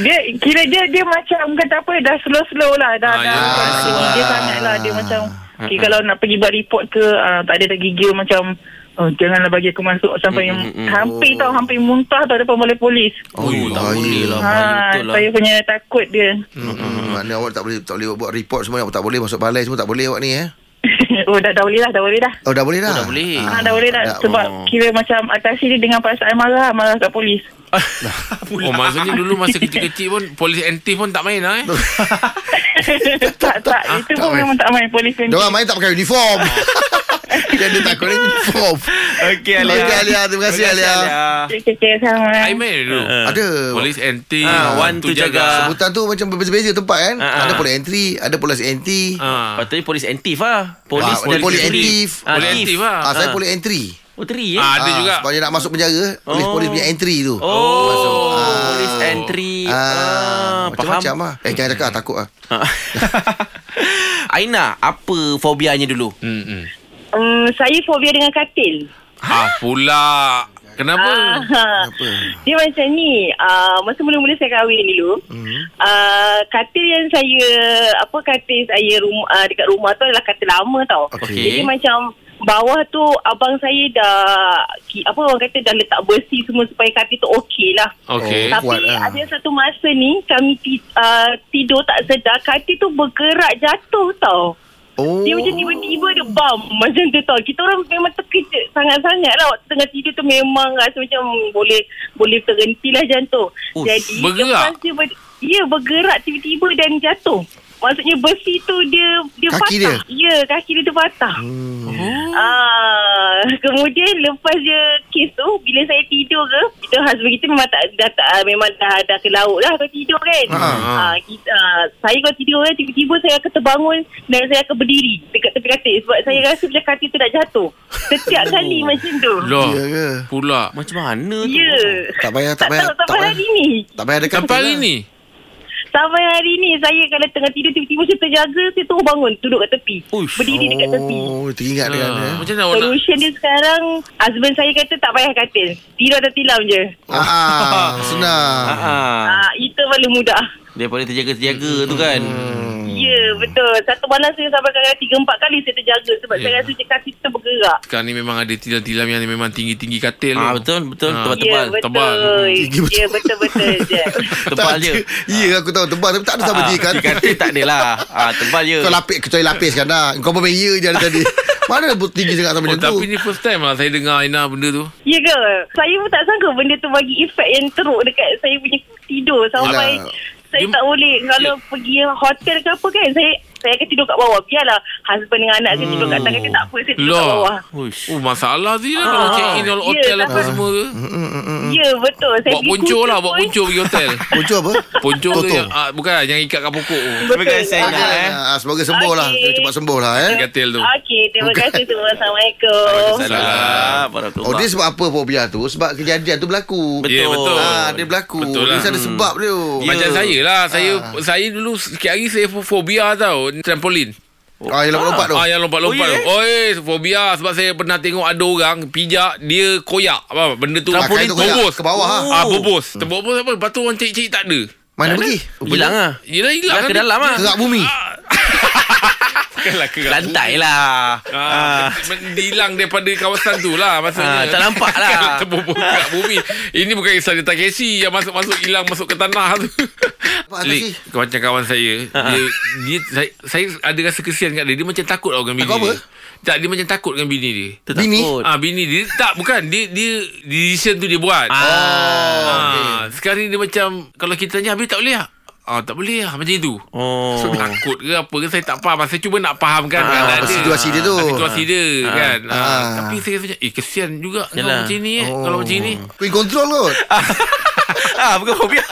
[SPEAKER 7] Dia kira dia dia macam kata apa dah slow-slow lah. Dah, dah,
[SPEAKER 4] Ah, ya.
[SPEAKER 7] dah gigil dia sangat lah. Dia macam okay, kalau nak pergi buat report ke ah, tak ada dah gigil macam Oh, janganlah bagi aku masuk sampai yang hampir tau hampir muntah tau depan oleh polis.
[SPEAKER 2] Oh, tak
[SPEAKER 3] bahaya.
[SPEAKER 2] boleh lah. bahaya
[SPEAKER 7] ha,
[SPEAKER 2] betul lah.
[SPEAKER 7] saya punya takut dia. [LAUGHS]
[SPEAKER 3] Hmm. Maknanya awak tak boleh tak boleh buat report semua awak tak boleh masuk balai semua tak boleh awak ni eh.
[SPEAKER 7] oh, dah dah boleh lah, dah boleh dah.
[SPEAKER 3] Oh dah boleh dah.
[SPEAKER 2] Oh, dah boleh.
[SPEAKER 7] Ah, dah boleh
[SPEAKER 3] ya
[SPEAKER 7] dah sebab
[SPEAKER 2] oh.
[SPEAKER 7] kira macam atas dia dengan perasaan marah marah kat polis.
[SPEAKER 4] Oh, maksudnya dulu masa kecil-kecil pun polis anti pun tak
[SPEAKER 2] [LAUGHS]
[SPEAKER 4] main lah eh.
[SPEAKER 7] tak tak itu pun
[SPEAKER 3] main.
[SPEAKER 7] memang tak main polis kan.
[SPEAKER 3] Dia orang main tak pakai uniform. Dia ada tak pakai uniform.
[SPEAKER 2] Okey, Alia.
[SPEAKER 3] Okey Alia, terima kasih Alia.
[SPEAKER 7] Okey okey sama.
[SPEAKER 4] I main dulu.
[SPEAKER 2] Ah.
[SPEAKER 3] Ada
[SPEAKER 4] Polis anti.
[SPEAKER 2] Ah, one tu jaga.
[SPEAKER 3] Sebutan tu macam berbeza-beza tempat kan
[SPEAKER 2] Ah, ah.
[SPEAKER 3] Ada polis entry Ada polis anti
[SPEAKER 4] Ah.
[SPEAKER 2] Patutnya polis aktif lah. Polis
[SPEAKER 3] Ah, polis aktif.
[SPEAKER 2] Ah,
[SPEAKER 4] Polis aktif lah.
[SPEAKER 3] ah, Saya
[SPEAKER 2] ah.
[SPEAKER 3] polis entry
[SPEAKER 2] Oh, teri eh.
[SPEAKER 4] Ah, ada
[SPEAKER 3] Ah,
[SPEAKER 4] juga.
[SPEAKER 3] Sebab dia nak masuk penjara Polis-polis punya entry tu
[SPEAKER 2] Oh,
[SPEAKER 3] Ah.
[SPEAKER 2] polis entry.
[SPEAKER 3] Ah,
[SPEAKER 2] Ah, faham.
[SPEAKER 3] macam-macam lah Eh jangan cakap takut lah
[SPEAKER 2] Ah. [LAUGHS] Aina, apa fobianya dulu?
[SPEAKER 4] Hmm, hmm.
[SPEAKER 7] Eh,
[SPEAKER 5] Um, saya fobia dengan katil.
[SPEAKER 4] Ah, pula. Kenapa?
[SPEAKER 5] Ah,
[SPEAKER 3] Apa
[SPEAKER 5] dia macam ni. Uh, masa mula-mula saya kahwin dulu,
[SPEAKER 3] hmm.
[SPEAKER 5] uh, katil yang saya, apa katil saya rum, uh, dekat rumah tu adalah katil lama tau.
[SPEAKER 3] Okay.
[SPEAKER 5] Jadi macam bawah tu abang saya dah, ki- apa orang kata dah letak besi semua supaya katil tu okey lah.
[SPEAKER 4] Okey.
[SPEAKER 3] Oh.
[SPEAKER 5] Tapi
[SPEAKER 3] kuat lah.
[SPEAKER 5] ada satu masa ni kami ti, uh, tidur tak sedar katil tu bergerak jatuh tau.
[SPEAKER 3] Oh
[SPEAKER 5] Dia macam tiba-tiba dia bam macam tu tau. Kita orang memang terkejut sangat-sangat lah waktu tengah tidur tu memang rasa macam boleh boleh terhenti lah jantung.
[SPEAKER 3] Oh,
[SPEAKER 2] Ush,
[SPEAKER 5] Jadi
[SPEAKER 4] bergerak?
[SPEAKER 5] lepas dia ber, ya bergerak tiba-tiba dan jatuh. Maksudnya besi tu dia dia
[SPEAKER 3] Kaki
[SPEAKER 5] patah. Dia. Ya, kaki dia tu patah.
[SPEAKER 3] Hmm.
[SPEAKER 5] Ah, kemudian lepas dia kes tu bila saya tidur ke kita husband kita memang tak dah tak ah, memang dah dah ke laut lah kalau tidur kan.
[SPEAKER 3] Ha, ha.
[SPEAKER 5] Ah, kita, ah, saya kalau tidur kan tiba-tiba saya akan terbangun dan saya akan berdiri dekat tepi katil sebab saya rasa macam katil tu nak jatuh. Setiap kali macam tu.
[SPEAKER 4] Loh.
[SPEAKER 3] Ya ke
[SPEAKER 4] Pula.
[SPEAKER 2] Macam mana tu?
[SPEAKER 5] Ya.
[SPEAKER 3] Tak payah Tak
[SPEAKER 5] Tak
[SPEAKER 3] payah
[SPEAKER 5] tahu sampai hari ni.
[SPEAKER 3] Tak payah ada
[SPEAKER 4] Sampai hari ni.
[SPEAKER 5] Sampai hari ni saya kalau tengah tidur tiba-tiba saya terjaga saya terus bangun duduk kat tepi.
[SPEAKER 2] Uish.
[SPEAKER 5] Berdiri dekat tepi.
[SPEAKER 3] Oh teringat dengan dia
[SPEAKER 4] Ah, Macam mana awak nak?
[SPEAKER 5] Solution dia sekarang Husband saya kata tak payah katil Tidur atau tilam je
[SPEAKER 3] Ah,
[SPEAKER 4] [LAUGHS]
[SPEAKER 3] ah, Senang
[SPEAKER 2] Ah, ah.
[SPEAKER 5] Ah, itu paling mudah.
[SPEAKER 2] Daripada terjaga-terjaga tu kan.
[SPEAKER 5] Hmm. Ya, betul. Satu malam saya sampai kadang tiga empat kali saya terjaga
[SPEAKER 4] Ya.
[SPEAKER 5] sebab yeah. saya rasa macam kaki kita bergerak.
[SPEAKER 4] Sekarang ni memang ada tilam-tilam yang memang tinggi-tinggi katil.
[SPEAKER 2] Ah,
[SPEAKER 4] tu.
[SPEAKER 2] betul, betul.
[SPEAKER 4] Ah.
[SPEAKER 2] Tempat
[SPEAKER 5] ya,
[SPEAKER 2] tebal.
[SPEAKER 5] betul. [LAUGHS]
[SPEAKER 4] tebal.
[SPEAKER 3] Tinggi betul.
[SPEAKER 5] Ya, betul-betul je.
[SPEAKER 2] Tebal
[SPEAKER 3] Tak
[SPEAKER 2] je.
[SPEAKER 3] ada. Ya
[SPEAKER 4] Ah.
[SPEAKER 3] aku tahu tebal Tapi tak ada sama dia kan.
[SPEAKER 2] Tiga katil tak adalah. Ah, tebal je.
[SPEAKER 3] Kau lapis Kecuali lapis kan dah Kau pun ya je dari
[SPEAKER 4] [LAUGHS]
[SPEAKER 3] tadi Mana ada tinggi sangat sama
[SPEAKER 4] Oh,
[SPEAKER 3] macam tu
[SPEAKER 4] tapi ni first time lah saya dengar Aina benda tu.
[SPEAKER 5] Ya ke? Saya pun tak sangka benda tu bagi efek yang teruk dekat saya punya tidur sampai
[SPEAKER 3] Alah.
[SPEAKER 5] saya
[SPEAKER 4] Dia- ya.
[SPEAKER 5] tak boleh kalau pergi hotel ke apa kan saya saya akan tidur kat bawah. Biarlah husband dengan anak akan tidur kat
[SPEAKER 2] Hmm.
[SPEAKER 5] atas kaki tak apa saya tidur kat
[SPEAKER 4] Loh.
[SPEAKER 5] bawah.
[SPEAKER 2] Uish.
[SPEAKER 4] Oh, masalah tu je lah kalau
[SPEAKER 5] Ah.
[SPEAKER 4] check in all
[SPEAKER 5] Ya,
[SPEAKER 4] hotel apa
[SPEAKER 5] tapi-
[SPEAKER 4] semua tu.
[SPEAKER 2] Hmm.
[SPEAKER 5] Ya, betul. Saya
[SPEAKER 4] Buat
[SPEAKER 5] pergi
[SPEAKER 4] poncor
[SPEAKER 5] kutu
[SPEAKER 4] lah, buat
[SPEAKER 5] pun-
[SPEAKER 4] poncor pergi hotel.
[SPEAKER 3] Pucuk apa
[SPEAKER 4] Poncor tu
[SPEAKER 3] Toto.
[SPEAKER 4] yang, lah, ah, bukan yang ikat kat pokok tu.
[SPEAKER 2] Terima kasih, Aina. Eh.
[SPEAKER 3] Ah, Semoga sembuh lah
[SPEAKER 5] Okey.
[SPEAKER 3] Cepat sembuh lah eh
[SPEAKER 4] Katil tu.
[SPEAKER 5] Okey, terima kasih semua. Assalamualaikum.
[SPEAKER 2] lah. Salam.
[SPEAKER 3] Oh dia sebab apa fobia tu Sebab kejadian tu berlaku
[SPEAKER 2] Betul.
[SPEAKER 4] Ya, lah. betul.
[SPEAKER 3] Ah, Dia berlaku
[SPEAKER 4] Betul
[SPEAKER 3] Dia Ah.
[SPEAKER 4] lah.
[SPEAKER 3] ada sebab dia
[SPEAKER 4] Macam saya lah Saya saya dulu Sikit hari saya fo- fobia tau Trampolin
[SPEAKER 3] Ah, yang lompat-lompat tu
[SPEAKER 4] Ah yang lompat-lompat
[SPEAKER 2] Oh, ya,
[SPEAKER 4] tu Oh eh fobia Sebab saya pernah tengok Ada orang pijak Dia koyak apa Benda tu
[SPEAKER 3] Trampolin
[SPEAKER 4] Kain tu
[SPEAKER 3] koyak.
[SPEAKER 4] bobos
[SPEAKER 3] Ke bawah, ha?
[SPEAKER 4] Ah bobos Terbobos apa Lepas tu orang cik-cik tak ada
[SPEAKER 3] Mana pergi
[SPEAKER 2] Hilang ah.
[SPEAKER 5] Lah,
[SPEAKER 4] Yelah hilang
[SPEAKER 2] Dah ke dalam ah.
[SPEAKER 3] Kerak bumi
[SPEAKER 4] Bukanlah
[SPEAKER 5] eh? Lah,
[SPEAKER 4] kerap.
[SPEAKER 2] Lantai lah ah.
[SPEAKER 4] Ah, Dihilang daripada kawasan tu lah
[SPEAKER 2] Ah,
[SPEAKER 4] Maksudnya
[SPEAKER 2] tak nampak lah.
[SPEAKER 4] Kalau Terbubur [LAUGHS] kat bumi Ini bukan kisah dia Takeshi Yang masuk-masuk hilang Masuk ke tanah tu
[SPEAKER 3] [LAUGHS] Apa,
[SPEAKER 4] Lik Macam kawan saya
[SPEAKER 2] Ah.
[SPEAKER 4] Dia, dia saya, saya ada rasa kesian kat dia Dia macam takut tau dengan bini
[SPEAKER 3] Takut apa?
[SPEAKER 4] dia. Tak dia macam takut dengan bini dia
[SPEAKER 2] Tertakut.
[SPEAKER 3] Bini?
[SPEAKER 4] Ah bini dia tak bukan dia dia decision tu dia buat. Ah, ah sekarang ni dia macam kalau kita tanya habis tak boleh ah. Ah tak boleh lah macam itu.
[SPEAKER 2] Oh
[SPEAKER 4] So, takut ke apa ke saya tak faham. Saya cuba nak fahamkan ah, keadaan dia.
[SPEAKER 3] situasi dia tu.
[SPEAKER 4] Ah, situasi dia kan. Ah,
[SPEAKER 3] Ah.
[SPEAKER 4] tapi saya rasa macam eh kesian juga kalau
[SPEAKER 2] Yalah.
[SPEAKER 4] macam ni eh. Oh. Kalau macam ni.
[SPEAKER 3] Kuih kontrol kot
[SPEAKER 4] [LAUGHS]
[SPEAKER 2] Ah, bukan fobia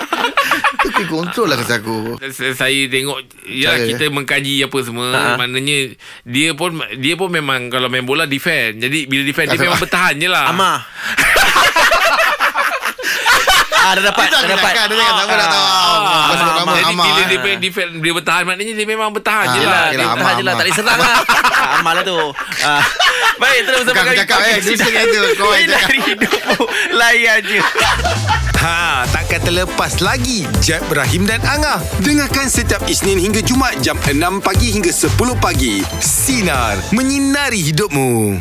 [SPEAKER 3] Itu kuih kontrol lah kata aku
[SPEAKER 4] Saya, saya tengok ya
[SPEAKER 3] Cara dia.
[SPEAKER 4] kita mengkaji apa semua
[SPEAKER 2] Ah.
[SPEAKER 4] maknanya dia pun dia pun memang kalau main bola defend. Jadi bila defend dia
[SPEAKER 3] Tak
[SPEAKER 4] memang bertahan je lah.
[SPEAKER 2] Amah Ah, dah dapat,
[SPEAKER 3] Dia tak
[SPEAKER 2] dah dapat.
[SPEAKER 3] gelakkan, dia cakap sama dah tahu.
[SPEAKER 4] Ah,
[SPEAKER 3] Bukan sebut nama,
[SPEAKER 4] Jadi
[SPEAKER 3] Amar,
[SPEAKER 4] bila
[SPEAKER 3] eh.
[SPEAKER 4] dia, main defend, dia bertahan Maknanya dia memang bertahan
[SPEAKER 3] Ah,
[SPEAKER 4] je lah
[SPEAKER 2] Yelah,
[SPEAKER 3] yelah,
[SPEAKER 2] dia
[SPEAKER 3] amal,
[SPEAKER 2] tahan je lah.
[SPEAKER 3] amal.
[SPEAKER 2] Tak boleh serang
[SPEAKER 3] [LAUGHS]
[SPEAKER 2] lah. Ah, Amal lah tu. Ah. Baik, terus
[SPEAKER 3] Bukan aku cakap, eh. Dia cakap tu. Kau yang cakap.
[SPEAKER 2] Dari hidup Layan je.
[SPEAKER 1] Ha, takkan terlepas lagi Jeb, Ibrahim dan Angah. Dengarkan setiap Isnin hingga Jumat jam 6 pagi hingga 10 pagi. Sinar, menyinari hidupmu.